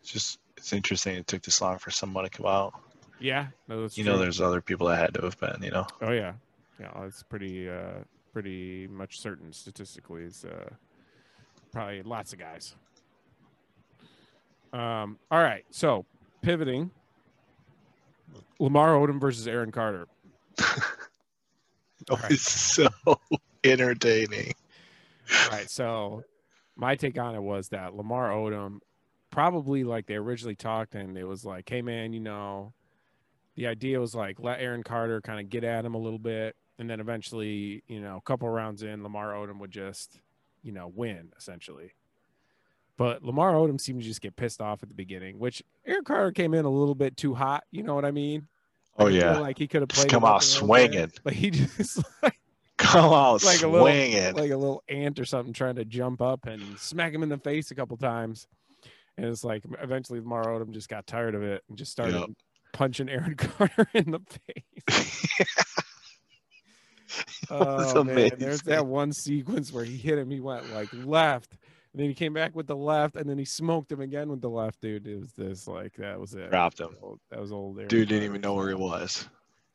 Speaker 2: it's just it's interesting. It took this long for someone to come out.
Speaker 1: Yeah, no, that's
Speaker 2: You
Speaker 1: true.
Speaker 2: know, there's other people that had to have been. You know,
Speaker 1: Oh yeah, yeah, it's pretty, uh, pretty much certain statistically. Is uh, probably lots of guys. Um. All right, so pivoting. Lamar Odom versus Aaron Carter. All right.
Speaker 2: it's <laughs> so entertaining.
Speaker 1: All right, so my take on it was that Lamar Odom probably like they originally talked and it was like, hey man, you know, the idea was like let Aaron Carter kind of get at him a little bit. And then eventually, you know, a couple rounds in, Lamar Odom would just, you know, win essentially. But Lamar Odom seemed to just get pissed off at the beginning, which Aaron Carter came in a little bit too hot. You know what I mean?
Speaker 2: Oh
Speaker 1: I feel
Speaker 2: yeah,
Speaker 1: like he could have
Speaker 2: just
Speaker 1: played.
Speaker 2: come
Speaker 1: it up
Speaker 2: out
Speaker 1: a little bit,
Speaker 2: swinging.
Speaker 1: But he just like,
Speaker 2: Come out
Speaker 1: Like a little-
Speaker 2: swinging.
Speaker 1: like a little ant or something trying to jump up and smack him in the face a couple times. And it's like eventually Lamar Odom just got tired of it and just started
Speaker 2: Yep.
Speaker 1: <laughs>
Speaker 2: <laughs>
Speaker 1: punching Aaron Carter in the face.
Speaker 2: was
Speaker 1: Oh, man. There's
Speaker 2: amazing.
Speaker 1: that one sequence where he hit him. He went like left, and then he came back with the left, and then he smoked him again with the left, dude. It was this like that was it.
Speaker 2: Dropped him.
Speaker 1: Old- That was old. Aaron
Speaker 2: Dude didn't
Speaker 1: Rodgers.
Speaker 2: even know where he was.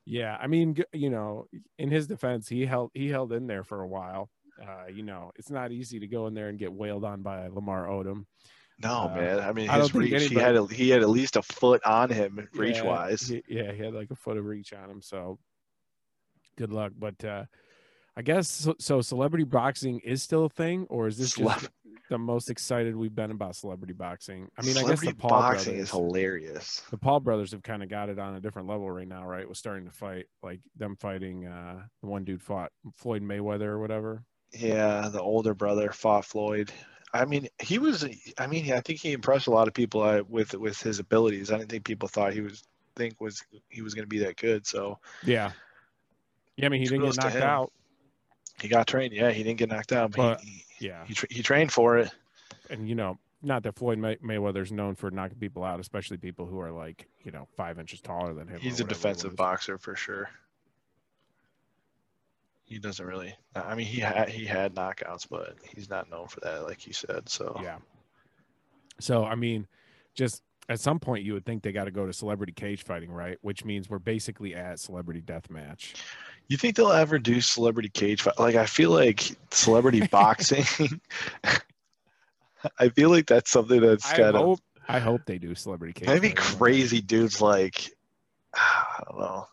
Speaker 1: Yeah, I mean, g- you know, in his defense, he held he held in there for a while. Uh, you know, it's not easy to go in there and get wailed on by Lamar Odom.
Speaker 2: No,
Speaker 1: Uh,
Speaker 2: man. I mean,
Speaker 1: I don't
Speaker 2: his
Speaker 1: think
Speaker 2: reach. He had a, he had at least a foot on him reach
Speaker 1: Yeah,
Speaker 2: wise.
Speaker 1: he- yeah, he had like a foot of reach on him. So good luck. But uh, I guess so, so. Celebrity boxing is still a thing, or is this just
Speaker 2: Celeb-
Speaker 1: the most excited we've been about celebrity boxing? I mean, I
Speaker 2: Celebrity
Speaker 1: guess the Paul
Speaker 2: boxing
Speaker 1: brothers,
Speaker 2: is hilarious.
Speaker 1: the Paul brothers have kind of got it on a different level right now, right? With starting to fight, like them fighting uh, the one dude fought Floyd Mayweather or whatever.
Speaker 2: Yeah, the older brother fought Floyd. I mean, he was. I mean, I think he impressed a lot of people uh, with with his abilities. I didn't think people thought he was think was he was going to be that good. So
Speaker 1: Yeah. Yeah, I mean, he didn't
Speaker 2: Kudos
Speaker 1: get
Speaker 2: to
Speaker 1: knocked
Speaker 2: him.
Speaker 1: out.
Speaker 2: he got trained. Yeah, he didn't get knocked out, but,
Speaker 1: But-
Speaker 2: he,
Speaker 1: Yeah,
Speaker 2: he, tra- he trained for it.
Speaker 1: and you know, not that Floyd May- Mayweather's known for knocking people out, especially people who are like you know five inches taller than him. or
Speaker 2: He's
Speaker 1: whatever
Speaker 2: a
Speaker 1: it
Speaker 2: defensive
Speaker 1: was.
Speaker 2: boxer for sure. He doesn't really. I mean, he had he had knockouts, but he's not known for that, like you said. So
Speaker 1: Yeah. So I mean, just at some point you would think they got to go to celebrity cage fighting, right? Which means we're basically at celebrity death match.
Speaker 2: You think they'll ever do celebrity cage fight? Like, I feel like
Speaker 1: <laughs>
Speaker 2: celebrity boxing. I feel like that's something that's
Speaker 1: I
Speaker 2: got to
Speaker 1: hope I hope they do celebrity cage.
Speaker 2: maybe
Speaker 1: fighting one day.
Speaker 2: crazy dudes like <sighs> I don't know.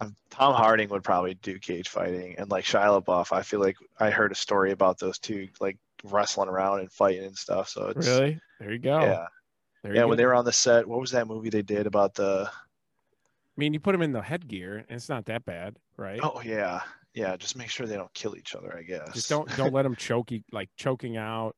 Speaker 2: Um, Tom Harding would probably do cage fighting, and like Shia LaBeouf, I feel like I heard a story about those two like wrestling around and fighting and stuff. So it's
Speaker 1: Really? Oh, There you go.
Speaker 2: yeah,
Speaker 1: There
Speaker 2: yeah.
Speaker 1: you
Speaker 2: When
Speaker 1: go.
Speaker 2: they were on the set, what was that movie they did about the?
Speaker 1: I mean, you put them in the headgear, and it's not that bad, right?
Speaker 2: Oh yeah, yeah. Just make sure they don't kill each other. I guess.
Speaker 1: just don't don't let them choke e- like choking out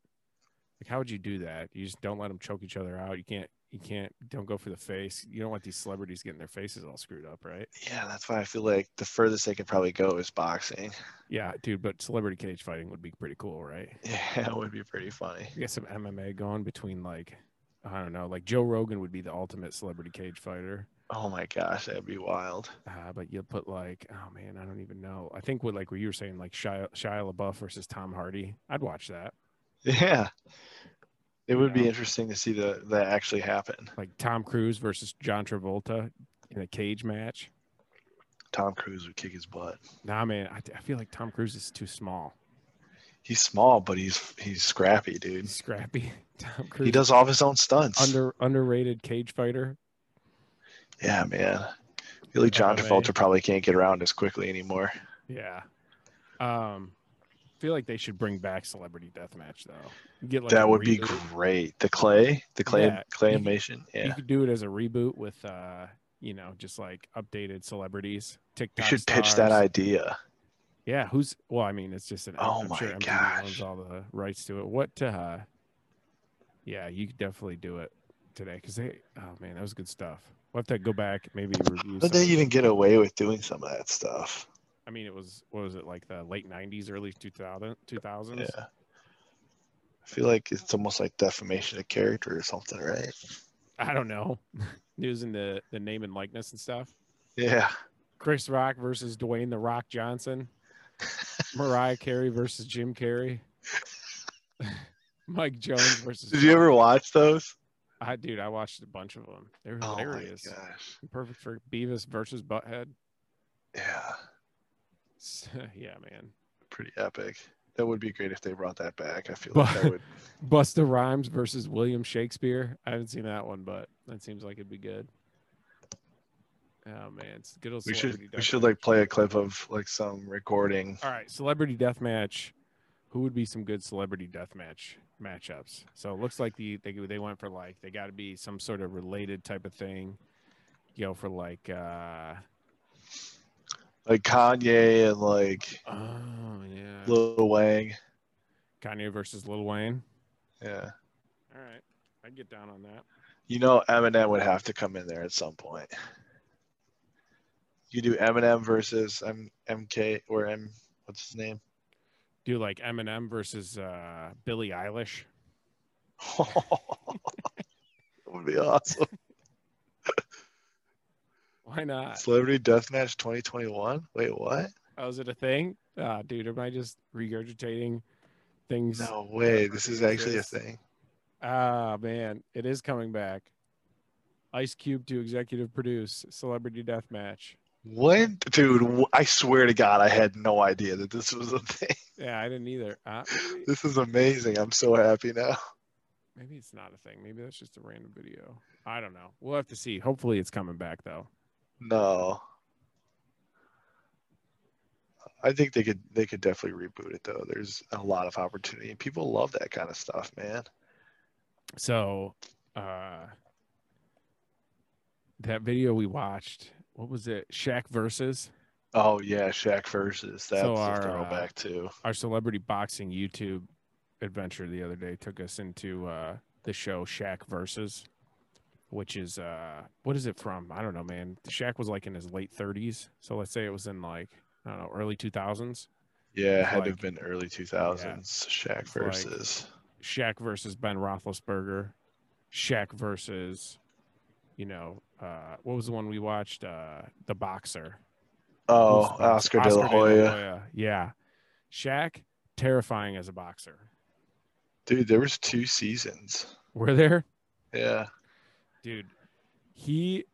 Speaker 1: like how would you do that you just don't let them choke each other out you can't you can't don't go for the face you don't want these celebrities getting their faces all screwed up right
Speaker 2: Yeah, that's why I feel like the furthest they could probably go is boxing. <laughs>
Speaker 1: yeah dude but celebrity cage fighting would be pretty cool right
Speaker 2: Yeah, it would be pretty funny.
Speaker 1: get some mma going between like i don't know like joe rogan would be the ultimate celebrity cage fighter
Speaker 2: Oh my gosh, that'd be wild. <laughs>
Speaker 1: uh, but you'll put like oh man i don't even know i think what like what you were saying like shia, shia labeouf versus tom hardy i'd watch that
Speaker 2: Yeah. It would be
Speaker 1: Yeah.
Speaker 2: interesting to see the that actually happen.
Speaker 1: like tom cruise versus john travolta in a cage match
Speaker 2: Tom Cruise would kick his butt.
Speaker 1: Nah, man, I, I feel like Tom Cruise is too small.
Speaker 2: He's small, but he's he's scrappy, dude.
Speaker 1: He's scrappy. <laughs> Tom Cruise,
Speaker 2: He does all of his own stunts.
Speaker 1: under underrated cage fighter.
Speaker 2: yeah, man. I feel like John
Speaker 1: MMA.
Speaker 2: Travolta probably can't get around as quickly anymore.
Speaker 1: Yeah. Um, I feel like they should bring back Celebrity Deathmatch though. You Get like a
Speaker 2: that would be
Speaker 1: reboot.
Speaker 2: great. The clay, the clay,
Speaker 1: Yeah,
Speaker 2: clay
Speaker 1: you-
Speaker 2: animation.
Speaker 1: You
Speaker 2: Yeah,
Speaker 1: could do it as a reboot with, uh, you know, just like updated celebrities.
Speaker 2: we
Speaker 1: TikTok.
Speaker 2: should pitch that
Speaker 1: stars.
Speaker 2: idea.
Speaker 1: Yeah, who's? Well, I mean, it's just an.
Speaker 2: Oh
Speaker 1: I'm
Speaker 2: my
Speaker 1: sure MTV
Speaker 2: gosh.
Speaker 1: owns all the rights to it. What? uh Yeah, you could definitely do it today because they. Oh man, that was good stuff. We'll have to go back, maybe review. some
Speaker 2: But they
Speaker 1: of the-
Speaker 2: even get away with doing some of that stuff.
Speaker 1: I mean, it was what was it like the late '90s, early 2000 2000s?
Speaker 2: Yeah. I feel like it's almost like defamation of character or something, right?
Speaker 1: I don't know. <laughs> Using the the name and likeness and stuff.
Speaker 2: Yeah.
Speaker 1: Chris Rock versus Dwayne the Rock Johnson. Mariah Carey versus Jim Carrey. <laughs> Mike Jones versus.
Speaker 2: Did you ever watch those?
Speaker 1: I dude, I watched a bunch of them. They were hilarious.
Speaker 2: Oh my gosh.
Speaker 1: Perfect for Beavis versus Butthead.
Speaker 2: Yeah.
Speaker 1: <laughs> yeah, man.
Speaker 2: Pretty epic. That would be great if they brought that back. I feel like
Speaker 1: But-
Speaker 2: that would
Speaker 1: Busta Rhymes versus William Shakespeare. I haven't seen that one, but that seems like it'd be good. Oh man, it's good old.
Speaker 2: <laughs> we
Speaker 1: celebrity
Speaker 2: should we should
Speaker 1: deathmatch.
Speaker 2: like play a clip of like some recording.
Speaker 1: All right, celebrity death match. Who would be some good celebrity death match matchups? So it looks like the they they went for like they got to be some sort of related type of thing. You know, for like uh
Speaker 2: Like Kanye and like
Speaker 1: oh yeah,
Speaker 2: Uh, Lil Wang.
Speaker 1: Kanye versus Lil Wayne.
Speaker 2: Yeah.
Speaker 1: All right, I'd get down on that.
Speaker 2: You know Eminem would have to come in there at some point. You do Eminem versus M- MK or M what's his name?
Speaker 1: Do like Eminem versus uh Billie Eilish. <laughs>
Speaker 2: <laughs> that would be awesome.
Speaker 1: Why not? Uh,
Speaker 2: Celebrity Deathmatch 2021? Wait, what?
Speaker 1: Oh, is it a thing? Ah, dude, am I just regurgitating things?
Speaker 2: No way. This is actually a thing.
Speaker 1: Ah, man, it is coming back. Ice Cube to executive produce Celebrity Deathmatch.
Speaker 2: What, dude? wh- I swear to God, I had no idea that this was a thing. <laughs>
Speaker 1: Yeah, I didn't either. Uh, maybe,
Speaker 2: This is amazing. I'm so happy now.
Speaker 1: maybe it's not a thing. Maybe that's just a random video. I don't know. We'll have to see. Hopefully, it's coming back though.
Speaker 2: No. I think they could they could definitely reboot it though. There's a lot of opportunity. People love that kind of stuff, man.
Speaker 1: So, uh, that video we watched, what was it? Shaq versus
Speaker 2: Oh yeah, Shaq versus that's
Speaker 1: So
Speaker 2: a
Speaker 1: our, uh,
Speaker 2: throwback too.
Speaker 1: our celebrity boxing YouTube adventure the other day took us into uh, the show Shaq versus, which is uh, what is it from? I don't know, man. Shaq was like in his late 30s, so let's say it was in like I don't know, early 2000s.
Speaker 2: Yeah, it
Speaker 1: it's
Speaker 2: had to
Speaker 1: like-
Speaker 2: have been early 2000s. Shaq
Speaker 1: like-
Speaker 2: versus.
Speaker 1: Shaq versus Ben Roethlisberger, Shaq versus, you know, uh, what was the one we watched? Uh, the boxer.
Speaker 2: oh,
Speaker 1: Who's the boxer?
Speaker 2: Oscar, De La Hoya.
Speaker 1: Yeah, Shaq terrifying as a boxer.
Speaker 2: Dude, there was two seasons.
Speaker 1: Were there?
Speaker 2: Yeah.
Speaker 1: dude he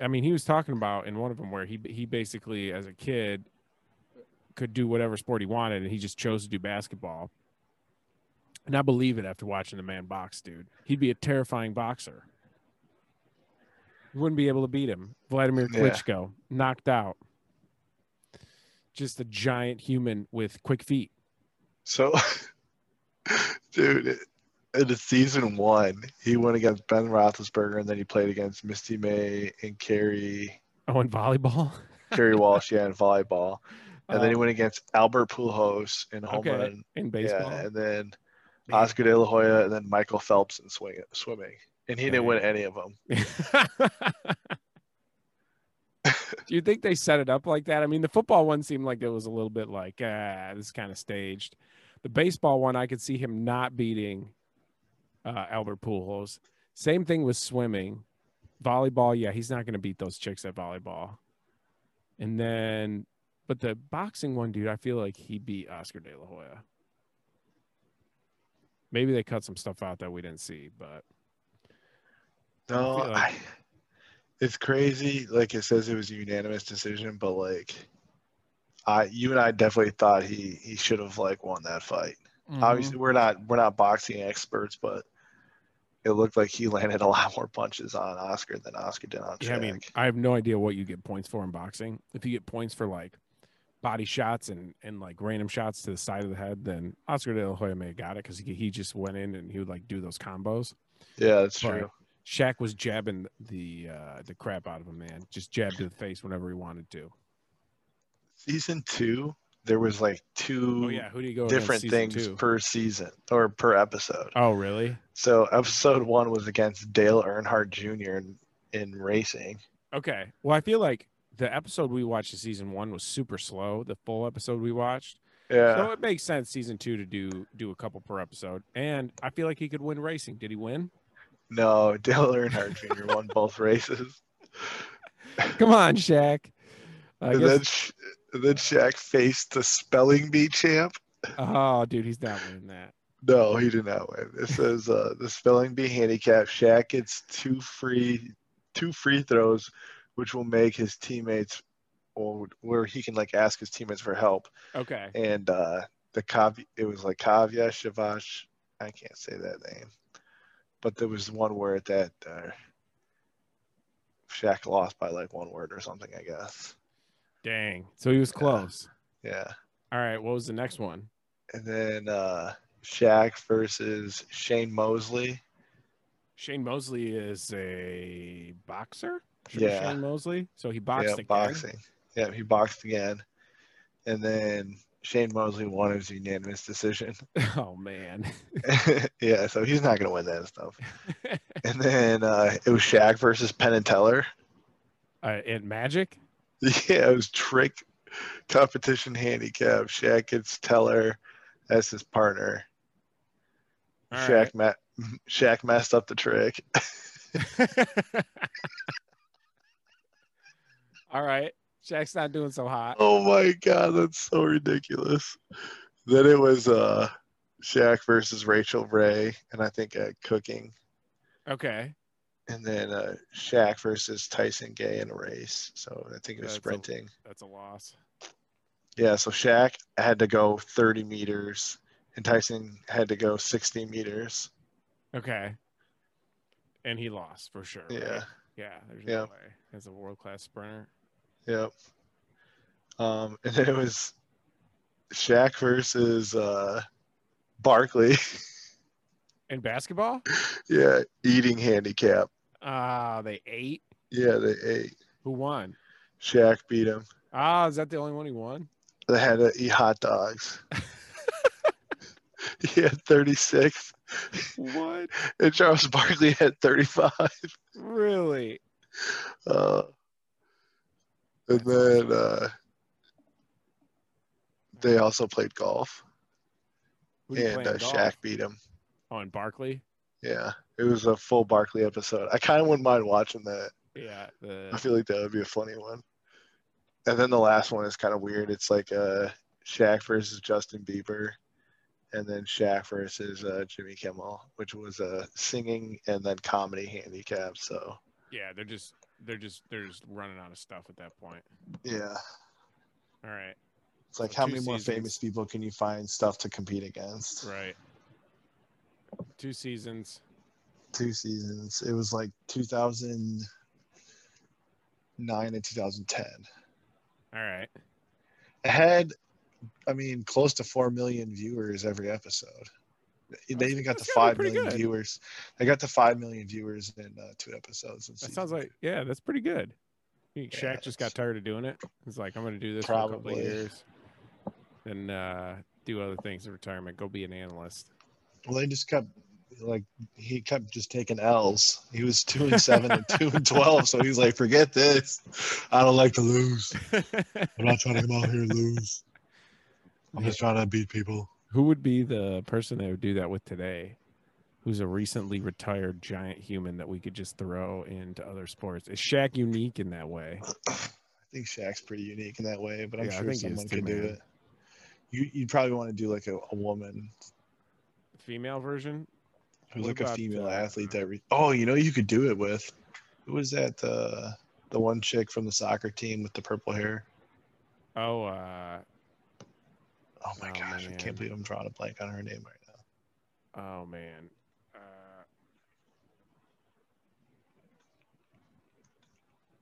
Speaker 1: i mean he was talking about in one of them where he he basically as a kid could do whatever sport he wanted and he just chose to do basketball and i believe it after watching the man box dude he'd be a terrifying boxer you wouldn't be able to beat him vladimir
Speaker 2: Yeah.
Speaker 1: klitschko knocked out just a giant human with quick feet
Speaker 2: So, <laughs> dude, in season one, he went against Ben Roethlisberger, and then he played against Misty May and Carrie
Speaker 1: oh and volleyball
Speaker 2: Carrie Walsh, yeah, in volleyball, and then he
Speaker 1: Um,
Speaker 2: went against Albert Pujols in home
Speaker 1: Uh, okay,
Speaker 2: run,
Speaker 1: in baseball
Speaker 2: yeah, and then
Speaker 1: Man.
Speaker 2: Oscar De La Hoya, and then Michael Phelps in swing, swimming, and he didn't win any of them.
Speaker 1: Do you think they set it up like that? I mean, the football one seemed like it was a little bit like, ah, this is kind of staged. The baseball one, I could see him not beating uh, Albert Pujols. Same thing with swimming, volleyball. Yeah, he's not going to beat those chicks at volleyball. And then, but the boxing one, dude, I feel like he beat Oscar De La Hoya. Maybe they cut some stuff out that we didn't see, but
Speaker 2: No,
Speaker 1: feel like-
Speaker 2: I, it's crazy. Like it says, it was a unanimous decision, but like, I, you and I definitely thought he he should have like won that fight.
Speaker 1: Mm-hmm.
Speaker 2: Obviously, we're not we're not boxing experts, but it looked like he <laughs> landed a lot more punches on Oscar than Oscar did on Shaq.
Speaker 1: Yeah, I mean, I have no idea what you get points for in boxing. If you get points for like body shots and and like random shots to the side of the head, then Oscar De La Hoya may have got it because he he just went in and he would like do those combos.
Speaker 2: yeah, that's
Speaker 1: but-
Speaker 2: true.
Speaker 1: Shaq was jabbing the uh the crap out of him, man. Just jabbed to the face whenever he wanted to.
Speaker 2: Season two, there was like two
Speaker 1: Oh yeah, who do you go against
Speaker 2: Mm, different
Speaker 1: season
Speaker 2: things
Speaker 1: two?
Speaker 2: per season or per episode.
Speaker 1: Oh really?
Speaker 2: So episode one was against Dale Earnhardt Jr. in, in racing.
Speaker 1: Okay. Well, I feel like the episode we watched in season one was super slow. The full episode we watched.
Speaker 2: Yeah.
Speaker 1: So it makes sense season two to do do a couple per episode. And I feel like he could win racing. Did he win? <laughs>
Speaker 2: No, <laughs> Dale Earnhardt Jr. won both races.
Speaker 1: Come on, Shaq. <laughs> I
Speaker 2: and then,
Speaker 1: guess,
Speaker 2: Sh- and then Shaq faced the spelling bee champ.
Speaker 1: oh, dude, he's not winning that.
Speaker 2: No, he did not win.
Speaker 1: <laughs>
Speaker 2: It says uh, the spelling bee handicap. Shaq gets two free, two free throws, which will make his teammates, or where he can like ask his teammates for help.
Speaker 1: Okay.
Speaker 2: And uh, the Kav, it was like Kavya Shavash. I can't say that name, but there was one word that uh, Shaq lost by like one word or something. I guess.
Speaker 1: Dang. So he was close.
Speaker 2: Yeah.
Speaker 1: All right. What was the next one?
Speaker 2: And then uh Shaq versus Shane Mosley.
Speaker 1: Shane Mosley is a boxer.
Speaker 2: Yeah.
Speaker 1: Shane Mosley. So he boxed
Speaker 2: yeah,
Speaker 1: again.
Speaker 2: boxing. Yeah, he boxed again. And then Shane Mosley won his unanimous decision.
Speaker 1: <laughs>
Speaker 2: <laughs>
Speaker 1: Oh man.
Speaker 2: yeah, so he's not gonna win
Speaker 1: <laughs>
Speaker 2: that stuff. and then uh it was Shaq versus Penn and Teller. <laughs>
Speaker 1: Uh, and Magic.
Speaker 2: Yeah, it was trick competition handicap. Shaq gets Teller as his partner.
Speaker 1: All
Speaker 2: Shaq ma- <laughs> Shaq messed up the trick.
Speaker 1: <laughs> All right. Shaq's not doing so hot.
Speaker 2: Oh my god, that's so ridiculous. Then it was uh Shaq versus Rachel Ray, and I think at cooking,
Speaker 1: Okay.
Speaker 2: and then uh Shaq versus Tyson Gay in a race. So I think it was
Speaker 1: That's a-
Speaker 2: sprinting.
Speaker 1: That's a loss.
Speaker 2: Yeah, so Shaq had to go 30 meters, and Tyson had to go 60 meters.
Speaker 1: Okay. And he lost for sure. right?
Speaker 2: Yeah,
Speaker 1: Yeah. There's
Speaker 2: Yeah.
Speaker 1: no way. As a world class sprinter.
Speaker 2: yep. Um, and then it was Shaq versus uh Barkley. <laughs>
Speaker 1: In basketball?
Speaker 2: yeah, eating handicap.
Speaker 1: Ah, they ate.
Speaker 2: Yeah, they ate.
Speaker 1: Who won?
Speaker 2: Shaq beat him.
Speaker 1: Ah, is that the only one he won?
Speaker 2: They had to eat hot
Speaker 1: <laughs>
Speaker 2: dogs. he had 36,
Speaker 1: What?
Speaker 2: and Charles Barkley had 35.
Speaker 1: Really?
Speaker 2: Uh, and then uh, they also played golf,
Speaker 1: Who do you play
Speaker 2: and
Speaker 1: in
Speaker 2: uh,
Speaker 1: golf?
Speaker 2: Shaq beat him.
Speaker 1: Oh, and Barkley?
Speaker 2: Yeah, it was a full Barkley episode. I kind of wouldn't mind watching that.
Speaker 1: Yeah.
Speaker 2: I
Speaker 1: The
Speaker 2: feel like that would be a funny one. And then the last one is kind of weird. It's like uh, Shaq versus Justin Bieber, and then Shaq versus uh, Jimmy Kimmel, which was uh, singing and then comedy handicap. So
Speaker 1: yeah, they're just they're just they're just running out of stuff at that point.
Speaker 2: yeah,
Speaker 1: All right.
Speaker 2: it's like
Speaker 1: So
Speaker 2: how
Speaker 1: two
Speaker 2: many more
Speaker 1: seasons.
Speaker 2: famous people can you find stuff to compete against?
Speaker 1: Right. Two seasons.
Speaker 2: Two seasons. It was like 2009 and 2010.
Speaker 1: All right.
Speaker 2: It had, I mean, close to four million viewers every episode. They even got to
Speaker 1: That's gotta be
Speaker 2: five
Speaker 1: pretty
Speaker 2: million
Speaker 1: good.
Speaker 2: viewers. They got to five million viewers in uh, two episodes. of
Speaker 1: That
Speaker 2: season
Speaker 1: sounds
Speaker 2: two.
Speaker 1: like yeah, that's pretty good. You think
Speaker 2: Yeah,
Speaker 1: Shaq just got
Speaker 2: it's-
Speaker 1: tired of doing it. He's like, I'm gonna do this for a couple of
Speaker 2: Probably.
Speaker 1: years, then uh, do other things in retirement. Go be an analyst.
Speaker 2: Well, they just kept like he kept just taking L's. He was two and seven and two and twelve. So he's like, forget this. I don't like to
Speaker 1: <laughs>
Speaker 2: lose. I'm not trying to come out here and lose. I'm just trying to beat people.
Speaker 1: Who would be the person they would do that with today? Who's a recently retired giant human that we could just throw into other sports? Is Shaq unique in that way?
Speaker 2: I think Shaq's pretty unique in that way, but I'm
Speaker 1: Yeah, I
Speaker 2: sure
Speaker 1: think he is
Speaker 2: someone
Speaker 1: too,
Speaker 2: could do
Speaker 1: man.
Speaker 2: it. You you'd probably want to do like a, a woman
Speaker 1: Female version?
Speaker 2: It was
Speaker 1: What
Speaker 2: like
Speaker 1: about,
Speaker 2: a female
Speaker 1: uh,
Speaker 2: athlete that. Re- oh, you know, you could do it with. Who was that? The the one chick from the soccer team with the purple hair.
Speaker 1: Oh, uh,
Speaker 2: Oh my
Speaker 1: Oh,
Speaker 2: gosh, I
Speaker 1: man.
Speaker 2: can't believe I'm drawing a blank on her name right now.
Speaker 1: oh man. Uh,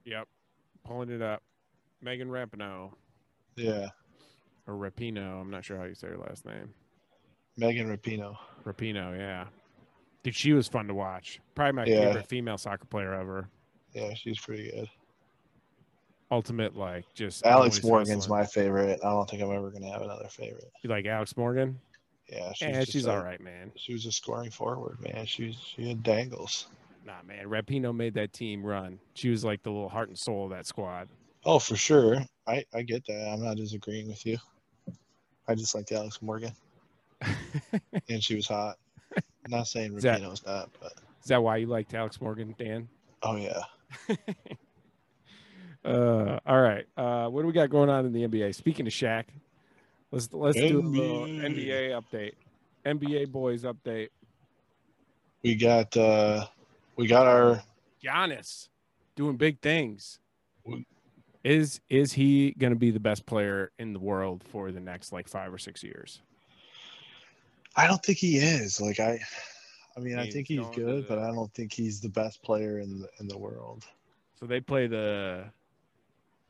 Speaker 1: yep, pulling it up. Megan Rapinoe.
Speaker 2: Yeah,
Speaker 1: or Rapino. I'm not sure how you say her last name.
Speaker 2: Megan Rapinoe.
Speaker 1: Rapino, yeah. Dude, she was fun to watch. Probably my
Speaker 2: Yeah.
Speaker 1: favorite female soccer player ever.
Speaker 2: Yeah, she's pretty good.
Speaker 1: Ultimate, like just
Speaker 2: Alex
Speaker 1: always
Speaker 2: Morgan's
Speaker 1: hustling.
Speaker 2: my favorite. I don't think I'm ever gonna have another favorite.
Speaker 1: You like Alex Morgan?
Speaker 2: Yeah, she's,
Speaker 1: Yeah,
Speaker 2: just
Speaker 1: she's
Speaker 2: a-
Speaker 1: all right, man.
Speaker 2: She was a scoring forward, man. She was, she had dangles.
Speaker 1: Nah, man. Rapino made that team run. She was like the little heart and soul of that squad.
Speaker 2: Oh, for sure. I I get that. I'm not disagreeing with you. I just liked
Speaker 1: <laughs>
Speaker 2: Alex Morgan,
Speaker 1: Is
Speaker 2: and she was hot. not saying
Speaker 1: Zach.
Speaker 2: Rapinoe's not, but
Speaker 1: that why you liked Alex Morgan, Dan?
Speaker 2: oh yeah.
Speaker 1: Uh, all right. Uh, what do we got going on in the NBA? Speaking of Shaq, let's let's do a little
Speaker 2: NBA.
Speaker 1: NBA update. NBA boys update.
Speaker 2: we got uh we got our
Speaker 1: Giannis doing big things.
Speaker 2: Would-
Speaker 1: Is is he going to be the best player in the world for the next like five or six years?
Speaker 2: i don't think he is like i i mean i
Speaker 1: He's
Speaker 2: think he's
Speaker 1: going to
Speaker 2: good but
Speaker 1: the-
Speaker 2: i don't think he's the best player in the, in the world
Speaker 1: So they play the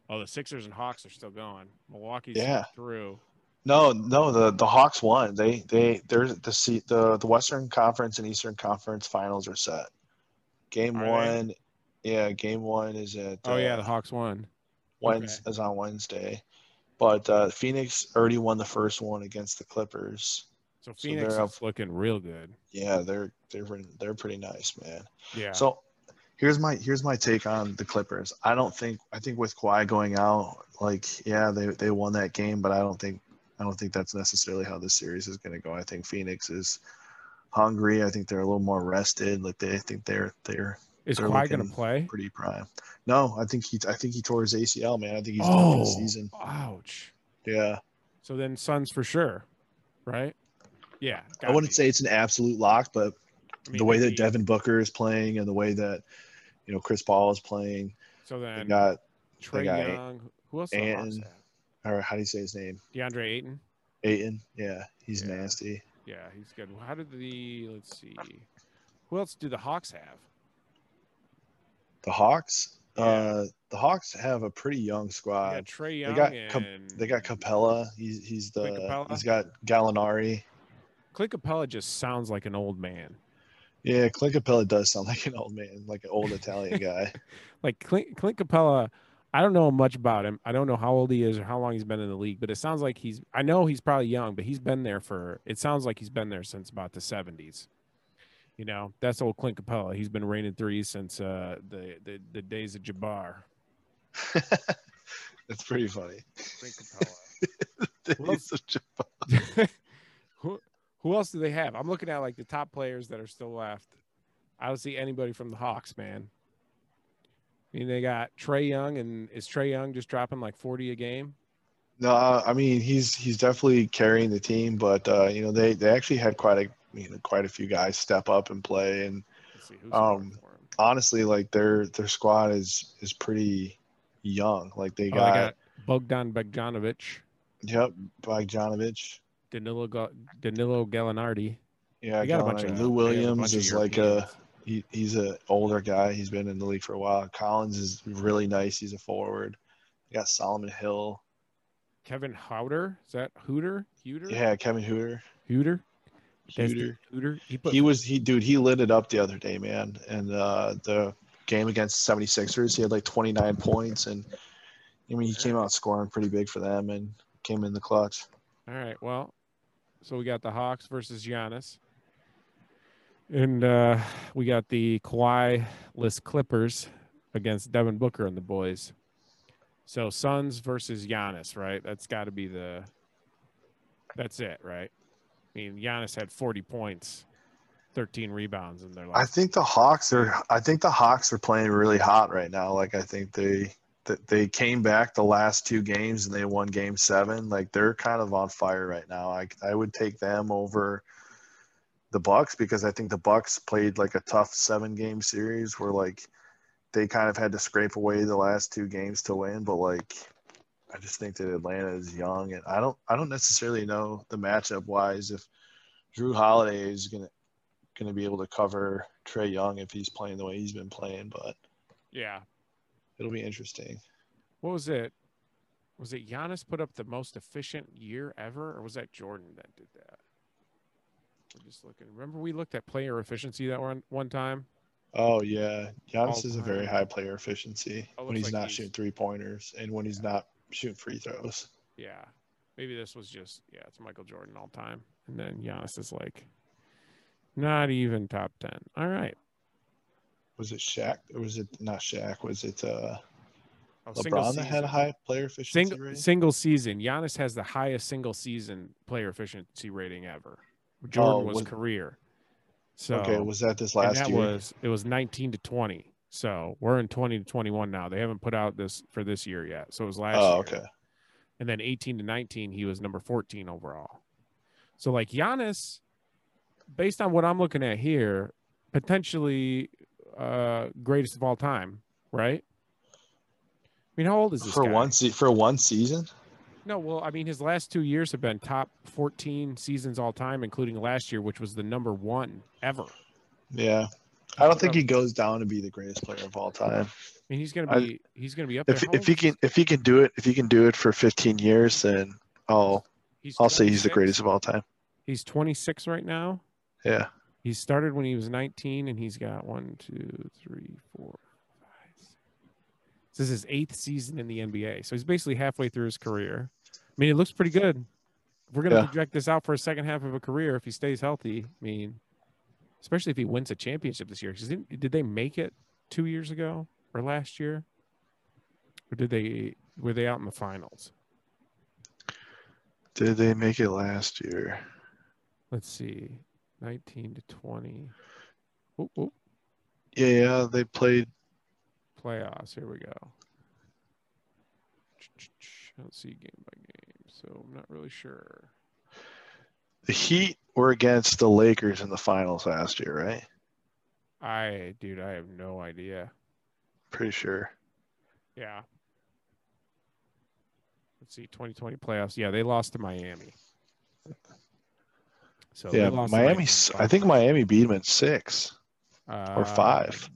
Speaker 1: oh the Sixers and Hawks are still going. Milwaukee's
Speaker 2: Yeah.
Speaker 1: through.
Speaker 2: no no the the hawks won they they they're the se- the the western conference and eastern conference finals are set game
Speaker 1: Are they?
Speaker 2: one yeah game one is at
Speaker 1: Oh yeah,
Speaker 2: uh,
Speaker 1: the Hawks won.
Speaker 2: Wednes is on wednesday but uh phoenix already won the first one against the clippers
Speaker 1: So
Speaker 2: So
Speaker 1: Phoenix
Speaker 2: they're
Speaker 1: is looking real good.
Speaker 2: yeah they're they're they're pretty nice man
Speaker 1: Yeah.
Speaker 2: So here's my here's my take on the Clippers. I don't think I think with Kawhi going out, like yeah, they they won that game, but I don't think I don't think that's necessarily how this series is going to go. I think Phoenix is hungry. I think they're a little more rested. Like they I think they're they're
Speaker 1: Is
Speaker 2: They're
Speaker 1: Kawhi going to
Speaker 2: looking
Speaker 1: play?
Speaker 2: Pretty prime. No, I think he. I think he tore his ACL, man. I think he's done for
Speaker 1: Oh,
Speaker 2: the season.
Speaker 1: ouch.
Speaker 2: Yeah,
Speaker 1: So then Suns for sure, right? Yeah.
Speaker 2: I wouldn't say it's an absolute lock, but the way that
Speaker 1: Devin.
Speaker 2: Devin Booker is playing and the way that you know Chris Paul is playing,
Speaker 1: So
Speaker 2: they
Speaker 1: then
Speaker 2: got
Speaker 1: Trey
Speaker 2: got A-
Speaker 1: Young. Who else? did the Hawks
Speaker 2: and-
Speaker 1: have?
Speaker 2: or how do you say his name?
Speaker 1: DeAndre Ayton.
Speaker 2: Aiton. Yeah, he's
Speaker 1: Yeah.
Speaker 2: nasty.
Speaker 1: Yeah, he's good. How did the let's see? Who else do the Hawks have?
Speaker 2: The Hawks.
Speaker 1: Yeah.
Speaker 2: Uh, the Hawks have a pretty young
Speaker 1: They
Speaker 2: squad.
Speaker 1: got Trey Young.
Speaker 2: Uh, got Cap-
Speaker 1: and
Speaker 2: They got Capella. He's he's the
Speaker 1: Clint Capella?
Speaker 2: he's got Gallinari.
Speaker 1: Clint Capella. Just sounds like an old man.
Speaker 2: Yeah, Clint Capella does sound <laughs> like an old man, like an old Italian guy. <laughs>
Speaker 1: Like Clint, Clint Capella. I don't know much about him. I don't know how old he is or how long he's been in the league, but it sounds like he's. I know he's probably young, but he's been there for. It sounds like he's been there since about the seventies. You know, that's old Clint Capella. He's been raining threes since uh, the, the the days of Jabbar.
Speaker 2: That's pretty funny.
Speaker 1: Clint Capella. Well-
Speaker 2: <laughs> He's such a-
Speaker 1: who who else do they have? I'm looking at like the top players that are still left. I don't see anybody from the Hawks, man. I mean, they got Trey Young, and is Trey Young just dropping like 40 a game?
Speaker 2: No, I mean he's he's definitely carrying the team, but uh, you know they they actually had quite a you know quite a few guys step up and play, and
Speaker 1: Let's see who's scoring
Speaker 2: Um,
Speaker 1: for 'em.
Speaker 2: honestly, like their their squad is is pretty young. Like they
Speaker 1: Oh,
Speaker 2: got,
Speaker 1: Bogdan Bogdanovic,
Speaker 2: yep, Bogdanovich.
Speaker 1: Danilo Ga- Danilo Gallinardi.
Speaker 2: Yeah,
Speaker 1: They got a bunch
Speaker 2: Gallinari.
Speaker 1: of
Speaker 2: Lou
Speaker 1: they got a bunch
Speaker 2: Williams
Speaker 1: of
Speaker 2: is like a
Speaker 1: Europeans.
Speaker 2: he, he's a older guy. He's been in the league for a while. Collins is really nice. He's a forward. They got Solomon Hill.
Speaker 1: Kevin Howder. Is that Hooter? Hooter?
Speaker 2: Yeah, Kevin Hooter.
Speaker 1: Hooter. That's the-
Speaker 2: Hooter.
Speaker 1: Hooter. He put
Speaker 2: He was he dude. He lit it up the other day, man. And uh, the game against 76ers, he had like 29 points, and I mean he came out scoring pretty big for them and came in the clutch.
Speaker 1: All right. Well, so we got the Hawks versus Giannis. And uh, we got the Kawhi list Clippers against Devin Booker and the boys. So Suns versus Giannis, right? That's got to be the. That's it, right? I mean, Giannis had 40 points, 13 rebounds in their
Speaker 2: I
Speaker 1: last.
Speaker 2: think the Hawks are. I think the Hawks are playing really hot right now. Like I think they that they came back the last two games and they won Game Seven. Like they're kind of on fire right now. I I would take them over the Bucks because I think the Bucks played like a tough seven game series where like they kind of had to scrape away the last two games to win. But like I just think that Atlanta is young and I don't I don't necessarily know the matchup wise if Drew Holiday is gonna going to be able to cover Trey Young if he's playing the way he's been playing, but
Speaker 1: yeah.
Speaker 2: it'll be interesting.
Speaker 1: What was it? Was it Giannis put up the most efficient year ever, or was that Jordan that did that? We're just looking. Remember, we looked at player efficiency that one one time.
Speaker 2: Oh yeah, Giannis
Speaker 1: All
Speaker 2: is a very
Speaker 1: time.
Speaker 2: high player efficiency
Speaker 1: Oh,
Speaker 2: when
Speaker 1: looks
Speaker 2: he's
Speaker 1: like
Speaker 2: not
Speaker 1: he's-
Speaker 2: shooting three pointers and when he's not shooting free throws.
Speaker 1: Yeah, maybe this was just yeah, it's Michael Jordan all time, and then Giannis is like not even top ten. All right,
Speaker 2: Was it Shaq or was it not Shaq? Was it uh,
Speaker 1: oh,
Speaker 2: LeBron that had
Speaker 1: season.
Speaker 2: a high player efficiency
Speaker 1: single
Speaker 2: rating?
Speaker 1: single season. Giannis has the highest single season player efficiency rating ever. Jordan was
Speaker 2: was-
Speaker 1: career. So
Speaker 2: Oh, Okay, was that this
Speaker 1: And
Speaker 2: last
Speaker 1: that
Speaker 2: year?
Speaker 1: was it was 19 to 20 so we're in 20 to 21 now they haven't put out this for this year yet so it was last
Speaker 2: oh,
Speaker 1: year.
Speaker 2: okay.
Speaker 1: and then 18 to 19 he was number 14 overall so like Giannis based on what I'm looking at here potentially uh greatest of all time right I mean how old is this
Speaker 2: For
Speaker 1: guy?
Speaker 2: one se- for one season,
Speaker 1: No, well, I mean, his last two years have been top 14 seasons all time, including last year, which was the number one ever. I
Speaker 2: yeah. I don't think he goes down to be the greatest player of all time.
Speaker 1: mean, he's gonna
Speaker 2: I-
Speaker 1: be he's gonna be up
Speaker 2: If
Speaker 1: there. How
Speaker 2: if
Speaker 1: old
Speaker 2: he
Speaker 1: is he?
Speaker 2: can if he can do it if he can do it for 15 years, then I'll
Speaker 1: He's
Speaker 2: I'll say he's the
Speaker 1: 26.
Speaker 2: greatest of all time.
Speaker 1: He's 26 right now.
Speaker 2: Yeah.
Speaker 1: He started when he was 19, and he's got one, two, three, four, five. Six. This is his eighth season in the NBA, so he's basically halfway through his career. I mean, it looks pretty good. If we're gonna
Speaker 2: Yeah.
Speaker 1: project this out for a second half of a career, if he stays healthy, I mean, especially if he wins a championship this year. 'Cause didn't- did they make it two years ago or last year, or did they were they out in the finals?
Speaker 2: Did they make it last year?
Speaker 1: Let's see, 19 to 20. Oop, oop.
Speaker 2: Yeah, yeah, they played.
Speaker 1: playoffs. Here we go. Let's see game by game. So I'm not really sure.
Speaker 2: The Heat were against the Lakers in the finals last year, right?
Speaker 1: I dude, I have no idea.
Speaker 2: Pretty sure.
Speaker 1: Yeah. Let's see, 2020 playoffs. Yeah, they lost to Miami. So they
Speaker 2: yeah,
Speaker 1: lost to in
Speaker 2: Miami.
Speaker 1: the
Speaker 2: I think
Speaker 1: finals.
Speaker 2: Miami beat them in six or
Speaker 1: Uh,
Speaker 2: five.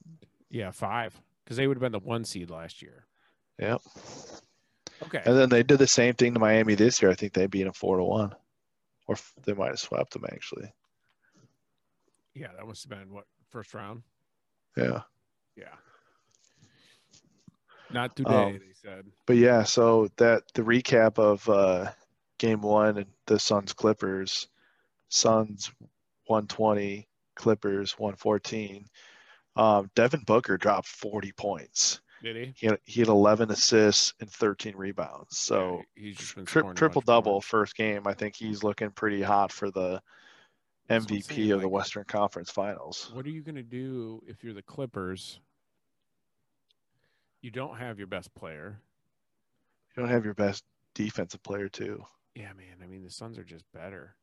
Speaker 1: Yeah, five. Because they would have been the one seed last year.
Speaker 2: Yep.
Speaker 1: Okay.
Speaker 2: And then they did the same thing to Miami this year. I think they beat them four to one, or f- they might have swept them actually.
Speaker 1: Yeah, that must have been what first round.
Speaker 2: Yeah.
Speaker 1: Yeah. Not today,
Speaker 2: Um,
Speaker 1: they said.
Speaker 2: But yeah, so that the recap of uh, game one and the Suns Clippers, Suns 120, Clippers 114. Um, Devin Booker dropped 40 points.
Speaker 1: Did he?
Speaker 2: He had, he had 11 assists and 13 rebounds. So
Speaker 1: Yeah, he's just been
Speaker 2: tri-
Speaker 1: scoring a
Speaker 2: triple
Speaker 1: bunch more.
Speaker 2: double first game. I think he's looking pretty hot for
Speaker 1: That's
Speaker 2: the
Speaker 1: what I'm
Speaker 2: MVP
Speaker 1: saying,
Speaker 2: of the
Speaker 1: like-
Speaker 2: Western Conference Finals.
Speaker 1: What are you going to do if you're the Clippers? You don't have your best player.
Speaker 2: You don't have your best defensive player too.
Speaker 1: Yeah, man. I mean, the Suns are just better.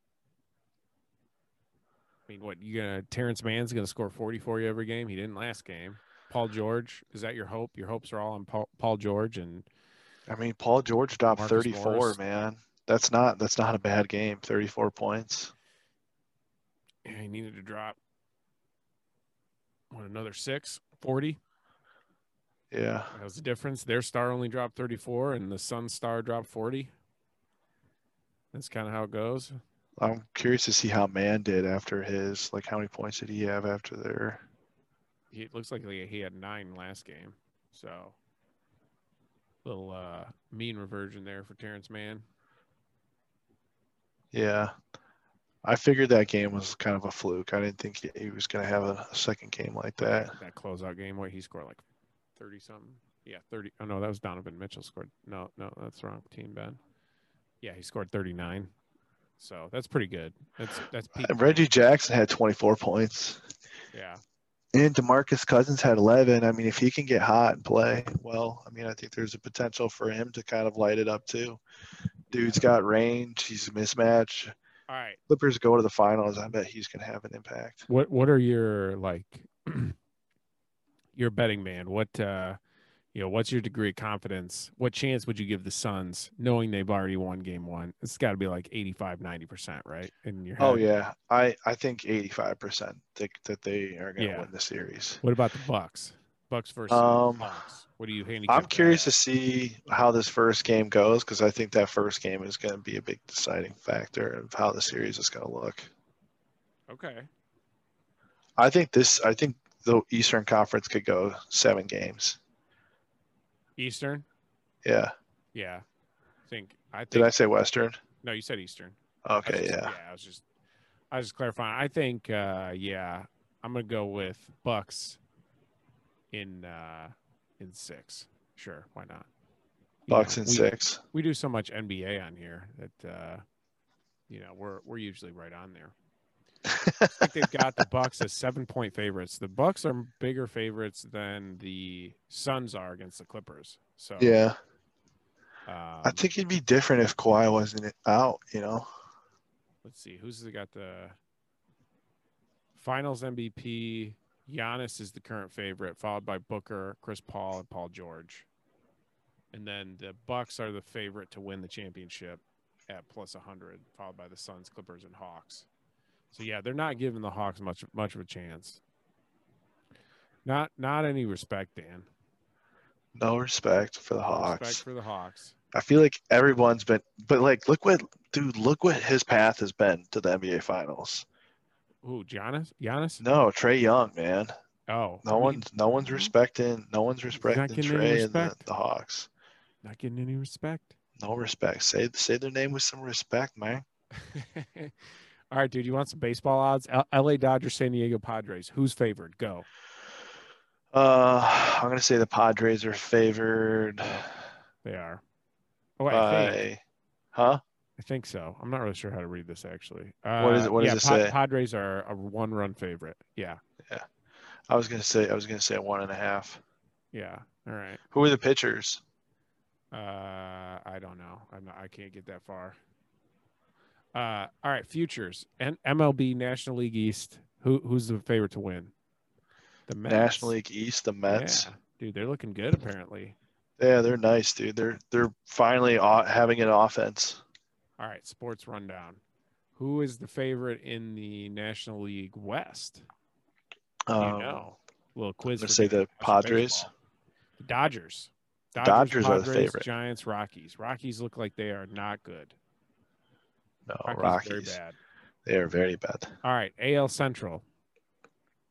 Speaker 1: I mean, what you gonna Terrence Mann's gonna score forty for you every game? He didn't last game. Paul George is that your hope? Your hopes are all on Paul, Paul George and
Speaker 2: I mean, Paul George dropped
Speaker 1: Marcus
Speaker 2: 34,
Speaker 1: Morris.
Speaker 2: man. That's not that's not a bad game. 34 points.
Speaker 1: yeah, he needed to drop what another six 40
Speaker 2: Yeah.
Speaker 1: that was the difference their star only dropped 34 and the Suns star dropped 40 that's kind of how it goes
Speaker 2: I'm curious to see how Man did after his like how many points did he have after their
Speaker 1: he it looks like he he had nine last game. So little uh mean reversion there for Terrence Mann.
Speaker 2: Yeah. I figured that game was kind of a fluke. I didn't think he- he was going to have a, a second game like that.
Speaker 1: That closeout game where he scored like thirty something. Yeah, thirty. Oh no, that was Donovan Mitchell scored. No, no, that's the wrong team, Ben. Yeah, he scored thirty nine. So that's pretty good. That's that's peak.
Speaker 2: Reggie Jackson had 24 points.
Speaker 1: Yeah.
Speaker 2: And DeMarcus Cousins had 11. I mean, if he can get hot and play well, I mean, I think there's a potential for him to kind of light it up too. Dude's got range. He's a mismatch.
Speaker 1: All right.
Speaker 2: Clippers go to the finals. I bet he's going to have an impact.
Speaker 1: What what are your like <clears throat> your betting man? What uh you know, what's your degree of confidence? What chance would you give the Suns knowing they've already won game 1? It's got to be like 85 90%, right? In your head.
Speaker 2: Oh yeah, I I think 85% think that they are going to
Speaker 1: Yeah.
Speaker 2: win the series.
Speaker 1: What about the Bucks? Bucks versus
Speaker 2: Um,
Speaker 1: Bucks. What do you handicap?
Speaker 2: I'm
Speaker 1: that
Speaker 2: curious to
Speaker 1: at?
Speaker 2: see how this first game goes because I think that first game is going to be a big deciding factor of how the series is going to look.
Speaker 1: Okay.
Speaker 2: I think this. I think the Eastern Conference could go seven games.
Speaker 1: Eastern?
Speaker 2: Yeah.
Speaker 1: Yeah. I think I think
Speaker 2: Did I say Western?
Speaker 1: No, you said Eastern. I was
Speaker 2: Okay.
Speaker 1: just-
Speaker 2: Yeah.
Speaker 1: I was just, I was just clarifying. I think, uh, yeah, I'm gonna go with Bucks in uh, in six. Sure, why not? You
Speaker 2: Bucks
Speaker 1: know,
Speaker 2: and
Speaker 1: we-
Speaker 2: six.
Speaker 1: We do so much NBA on here that uh, you know we're we're usually right on there. I think they've got the Bucks as seven point favorites. The Bucks are bigger favorites than the Suns are against the Clippers. So
Speaker 2: Yeah.
Speaker 1: um,
Speaker 2: I think it'd be different if Kawhi wasn't out. You know.
Speaker 1: let's see who's the- got the finals MVP. Giannis is the current favorite, followed by Booker, Chris Paul, and Paul George. And then the Bucks are the favorite to win the championship at plus 100, followed by the Suns, Clippers, and Hawks. So yeah, they're not giving the Hawks much much of a chance. Not not any respect, Dan.
Speaker 2: No respect for the
Speaker 1: No Respect
Speaker 2: Hawks.
Speaker 1: for the Hawks.
Speaker 2: I feel like everyone's been, but like, look what, dude, look what his path has been to the NBA Finals.
Speaker 1: Who, Giannis? Giannis?
Speaker 2: No, Trey Young, man.
Speaker 1: Oh, I
Speaker 2: No
Speaker 1: mean,
Speaker 2: one's, no one's respecting, no one's respecting
Speaker 1: getting any
Speaker 2: Trey and the,
Speaker 1: respect.
Speaker 2: the Hawks.
Speaker 1: not getting any respect.
Speaker 2: No respect. Say, say their name with some respect, man.
Speaker 1: <laughs> All right, dude. You want some baseball odds? L- L.A. Dodgers, San Diego Padres. Who's favored? Go.
Speaker 2: Uh, I'm gonna say the Padres are favored
Speaker 1: They are. Oh, wait, I, think,
Speaker 2: by, huh?
Speaker 1: I think so. I'm not really sure how to read this actually. Uh,
Speaker 2: What is it- what does
Speaker 1: yeah,
Speaker 2: it say?
Speaker 1: Padres are a one-run favorite. Yeah.
Speaker 2: I was gonna say I was gonna say one and a half.
Speaker 1: Yeah. All right.
Speaker 2: Who are the pitchers?
Speaker 1: Uh, I don't know. I'm not. I can't get that far. Uh, all right. Futures and MLB National League East. Who who's the favorite to win? The Mets.
Speaker 2: National League East, the Mets.
Speaker 1: Yeah. Dude, they're looking good apparently.
Speaker 2: Yeah, they're nice, dude. They're they're finally o- having an offense.
Speaker 1: All right. Sports rundown. Who is the favorite in the National League West? Do
Speaker 2: Um,
Speaker 1: you know. Little quiz.
Speaker 2: gonna
Speaker 1: for
Speaker 2: say
Speaker 1: National
Speaker 2: the Padres.
Speaker 1: Baseball. The Dodgers.
Speaker 2: Dodgers are the favorite.
Speaker 1: Giants, Rockies. Rockies look like they are not good.
Speaker 2: No,
Speaker 1: Rockies,
Speaker 2: Oh, Rockies.
Speaker 1: very bad.
Speaker 2: They are very bad.
Speaker 1: All right, AL Central.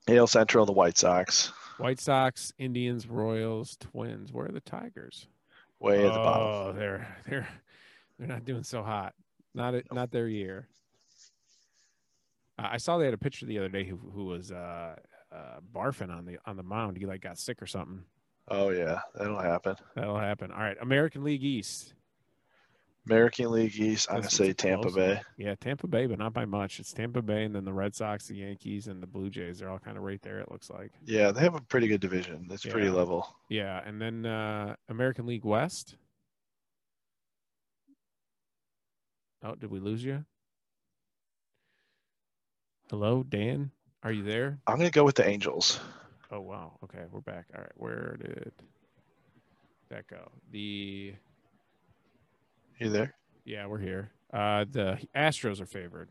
Speaker 2: AL Central, the White Sox,
Speaker 1: White Sox, Indians, Royals, Twins. Where are the Tigers?
Speaker 2: way at the bottom.
Speaker 1: Oh, they're they're they're not doing so hot. Not it. Not their year. Uh, I saw they had a pitcher the other day who who was uh, uh, barfing on the on the mound. He like got sick or something.
Speaker 2: Oh yeah, that'll happen.
Speaker 1: That'll happen. All right, American League East.
Speaker 2: American League East. I'm gonna
Speaker 1: This
Speaker 2: say
Speaker 1: is
Speaker 2: Tampa
Speaker 1: close.
Speaker 2: Bay.
Speaker 1: Yeah, Tampa Bay, but not by much. It's Tampa Bay, and then the Red Sox, the Yankees, and the Blue Jays. They're all kind of right there. It looks like.
Speaker 2: Yeah, they have a pretty good division. It's pretty
Speaker 1: Yeah.
Speaker 2: level.
Speaker 1: Yeah, and then uh American League West. Oh, did we lose you? Hello, Dan. Are you there?
Speaker 2: I'm gonna go with the Angels.
Speaker 1: Oh wow. Okay, we're back. All right, where did that go? The
Speaker 2: You there?
Speaker 1: yeah, we're here. Uh the Astros are favored.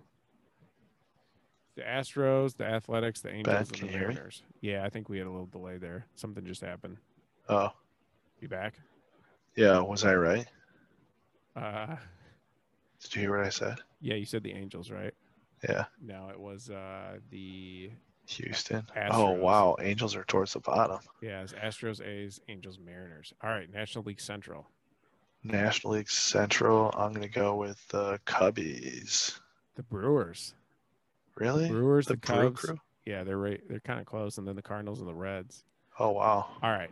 Speaker 1: The Astros, the Athletics, the Angels,
Speaker 2: can
Speaker 1: and
Speaker 2: you
Speaker 1: the
Speaker 2: hear me?
Speaker 1: Mariners. Yeah, I think we had a little delay there. Something just happened.
Speaker 2: Oh,
Speaker 1: You back?
Speaker 2: yeah. Was I right?
Speaker 1: Uh <laughs>
Speaker 2: Did you hear what I said?
Speaker 1: yeah, you said the Angels, right?
Speaker 2: Yeah,
Speaker 1: No, it was uh the
Speaker 2: Houston. Oh
Speaker 1: Astros.
Speaker 2: wow, Angels are towards the bottom.
Speaker 1: yeah, it's Astros, A's, Angels, Mariners. All right, National League Central.
Speaker 2: National League Central. I'm gonna go with the Cubbies.
Speaker 1: The Brewers.
Speaker 2: Really?
Speaker 1: Brewers, the,
Speaker 2: the Brew
Speaker 1: Cubs.
Speaker 2: Crew.
Speaker 1: Yeah, they're right they're kind of close and then the Cardinals and the Reds.
Speaker 2: Oh wow.
Speaker 1: All right.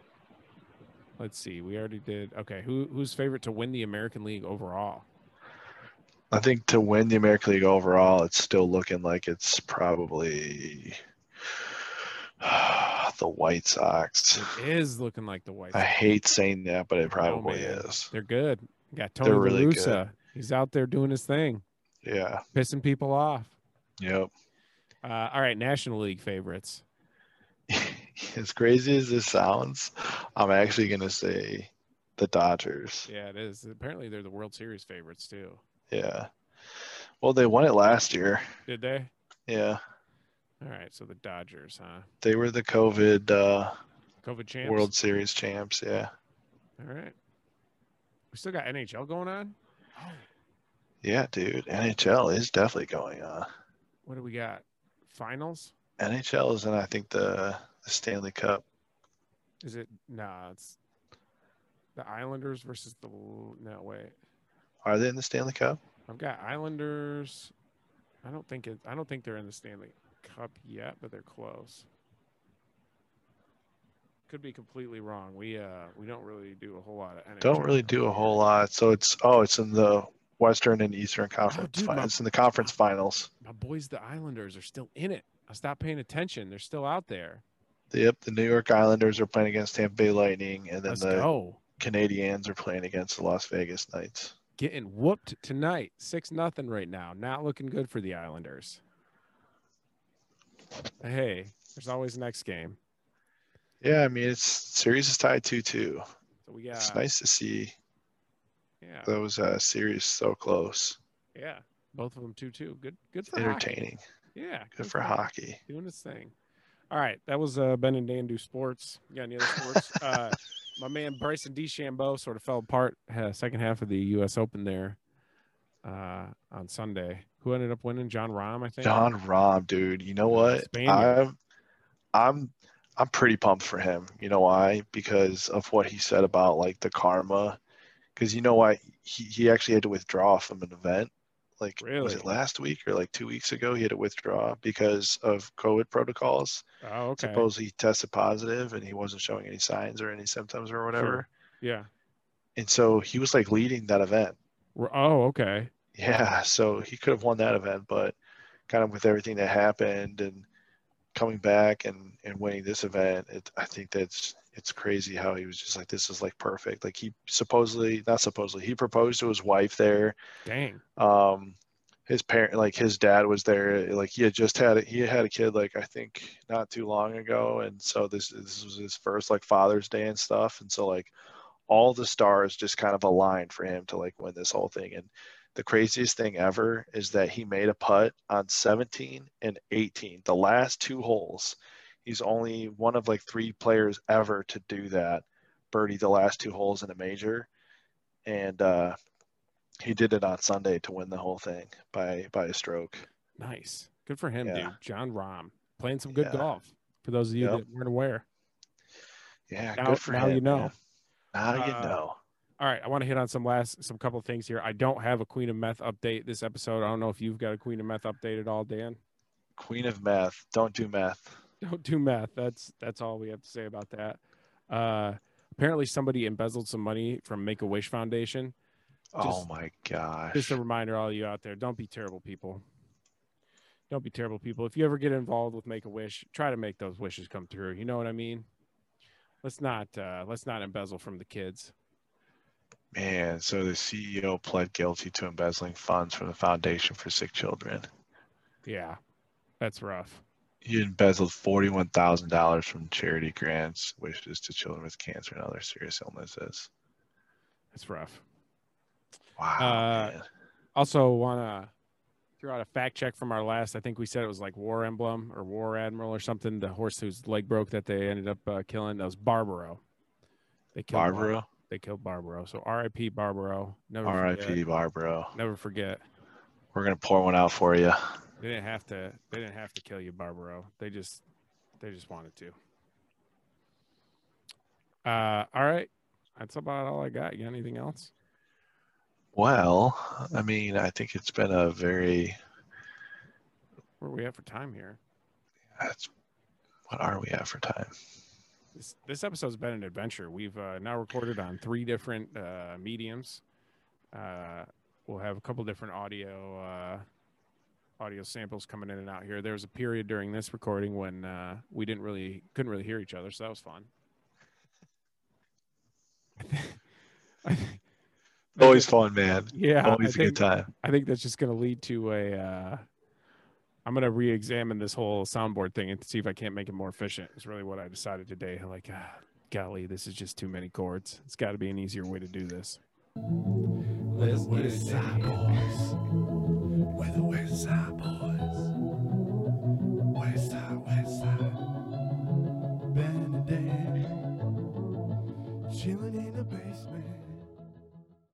Speaker 1: Let's see. We already did. Okay, who who's favorite to win the American League overall?
Speaker 2: I think to win the American League overall, it's still looking like it's probably <sighs> the White Sox.
Speaker 1: It is looking like the White
Speaker 2: I
Speaker 1: Sox.
Speaker 2: hate saying that, but it probably
Speaker 1: Oh, man.
Speaker 2: is.
Speaker 1: They're good. You got Tony
Speaker 2: They're really
Speaker 1: La
Speaker 2: good.
Speaker 1: Russa. He's out there doing his thing,
Speaker 2: Yeah.
Speaker 1: pissing people off.
Speaker 2: Yep. <laughs>
Speaker 1: Uh, all right, National League favorites.
Speaker 2: as crazy as this sounds, I'm actually gonna say the Dodgers.
Speaker 1: Yeah, it is. Apparently, they're the World Series favorites too.
Speaker 2: Yeah. Well, they won it last year.
Speaker 1: Did they?
Speaker 2: Yeah.
Speaker 1: All right, so the Dodgers, huh?
Speaker 2: They were the COVID uh,
Speaker 1: COVID champs.
Speaker 2: World Series champs. Yeah.
Speaker 1: All right. We still got NHL going on.
Speaker 2: Yeah, dude. NHL is definitely going on.
Speaker 1: What do we got? Finals?
Speaker 2: NHL is in, I think, the, the Stanley Cup.
Speaker 1: Is it? Nah, it's the Islanders versus the. No, wait.
Speaker 2: Are they in the Stanley Cup?
Speaker 1: I've got Islanders. I don't think it. I don't think they're in the Stanley Cup yet, but they're close. Could be completely wrong. We uh we don't really do a whole lot of. NHL
Speaker 2: Don't really do a whole lot. So it's oh, it's in the Western and Eastern Conference.
Speaker 1: Oh, dude,
Speaker 2: fin-
Speaker 1: my-
Speaker 2: It's in the conference finals.
Speaker 1: my boys, the Islanders, are still in it. I stopped paying attention. They're still out there.
Speaker 2: Yep, the New York Islanders are playing against Tampa Bay Lightning, and then
Speaker 1: Let's
Speaker 2: the
Speaker 1: go.
Speaker 2: Canadians are playing against the Las Vegas Knights.
Speaker 1: Getting whooped tonight. Six nothing right now. Not looking good for the Islanders. Hey, there's always next game.
Speaker 2: Yeah, I mean it's series is tied two two.
Speaker 1: So we got
Speaker 2: It's nice to see
Speaker 1: yeah,
Speaker 2: those uh, series so close.
Speaker 1: yeah. Both of them two two. Good good for hockey.
Speaker 2: Entertaining.
Speaker 1: Yeah.
Speaker 2: Good for hockey.
Speaker 1: Doing his thing. All right. That was uh, Ben and Dan do sports. You got any other
Speaker 2: <laughs>
Speaker 1: sports? uh, my man Bryson DeChambeau sort of fell apart uh, second half of the U.S. Open there uh, on Sunday. Who ended up winning? John Rahm, I think.
Speaker 2: John Rahm, dude. You know what?
Speaker 1: Spaniard.
Speaker 2: I'm, I'm, I'm pretty pumped for him. You know why? Because of what he said about like the karma. Because you know why he, he actually had to withdraw from an event. Like was
Speaker 1: Really?
Speaker 2: it last week or like two weeks ago? He had to withdraw because of COVID protocols.
Speaker 1: Oh, okay.
Speaker 2: Supposedly he tested positive and he wasn't showing any signs or any symptoms or
Speaker 1: Sure.
Speaker 2: whatever.
Speaker 1: Yeah.
Speaker 2: And so he was like leading that event.
Speaker 1: We're- Oh, okay.
Speaker 2: Yeah, so he could have won that event, but kind of with everything that happened and coming back and and winning this event it, i think that's it's crazy how he was just like this is like perfect like he supposedly not supposedly he proposed to his wife there
Speaker 1: Dang.
Speaker 2: um his parent like his dad was there like he had just had he had a kid like i think not too long ago and so this this was his first like father's day and stuff and so like all the stars just kind of aligned for him to like win this whole thing and the craziest thing ever is that he made a putt on 17 and 18 the last two holes he's only one of like three players ever to do that birdie the last two holes in a major and uh he did it on Sunday to win the whole thing by by a stroke.
Speaker 1: Nice. Good for him,
Speaker 2: Yeah.
Speaker 1: dude. John Rahm playing some good
Speaker 2: Yeah.
Speaker 1: golf. For those of you
Speaker 2: Yep.
Speaker 1: that weren't aware.
Speaker 2: Yeah,
Speaker 1: Now-
Speaker 2: good for
Speaker 1: now
Speaker 2: him.
Speaker 1: you know.
Speaker 2: man. Now you
Speaker 1: Uh,
Speaker 2: know.
Speaker 1: All right, I want to hit on some last some couple of things here. I don't have a Queen of Meth update this episode. I don't know if you've got a Queen of Meth update at all, Dan. <laughs>
Speaker 2: Queen of meth. Don't do meth.
Speaker 1: don't do math. That's that's all we have to say about that. Uh, apparently, somebody embezzled some money from Make a Wish Foundation.
Speaker 2: oh
Speaker 1: Just-
Speaker 2: my gosh.
Speaker 1: Just a reminder, all you out there, don't be terrible people. Don't be terrible people. If you ever get involved with Make a Wish, try to make those wishes come through. You know what I mean? Let's not uh, let's not embezzle from the kids.
Speaker 2: Man, so the CEO pled guilty to embezzling funds from the Foundation for Sick Children.
Speaker 1: Yeah, that's rough.
Speaker 2: He embezzled forty-one thousand dollars from charity grants, wishes to children with cancer and other serious illnesses.
Speaker 1: That's rough.
Speaker 2: Wow.
Speaker 1: Uh,
Speaker 2: man.
Speaker 1: Also, want to throw out a fact check from our last. I think we said it was like War Emblem or War Admiral or something. The horse whose leg broke that they ended up uh, killing. That was Barbaro. They killed Bar-
Speaker 2: Barbaro.
Speaker 1: They killed Barbaro. So R.I.P. Barbaro. Never forget.
Speaker 2: R.I.P. Barbaro.
Speaker 1: Never forget.
Speaker 2: We're gonna pour one out for you.
Speaker 1: They didn't have to. They didn't have to kill you, Barbaro. They just. They just wanted to. Uh, all right. That's about all I got. You got anything else?
Speaker 2: Well, I mean, I think it's been a very
Speaker 1: Where are we at for time here?
Speaker 2: that's what are we at for time?
Speaker 1: This, this episode's been an adventure. We've uh, now recorded on three different uh, mediums. Uh, we'll have a couple different audio uh, audio samples coming in and out here. There was a period during this recording when uh, we didn't really couldn't really hear each other, so that was fun. <laughs> I think-
Speaker 2: Always fun, man.
Speaker 1: yeah. I
Speaker 2: Always a
Speaker 1: think-
Speaker 2: good time.
Speaker 1: I think that's just going to lead to a. Uh, I'm going to re-examine this whole soundboard thing and see if I can't make it more efficient. Is really what I decided today. I'm like, ah, golly, this is just too many chords. It's got to be an easier way to do this.
Speaker 5: Let's get it, boys. We're the West Side Boys.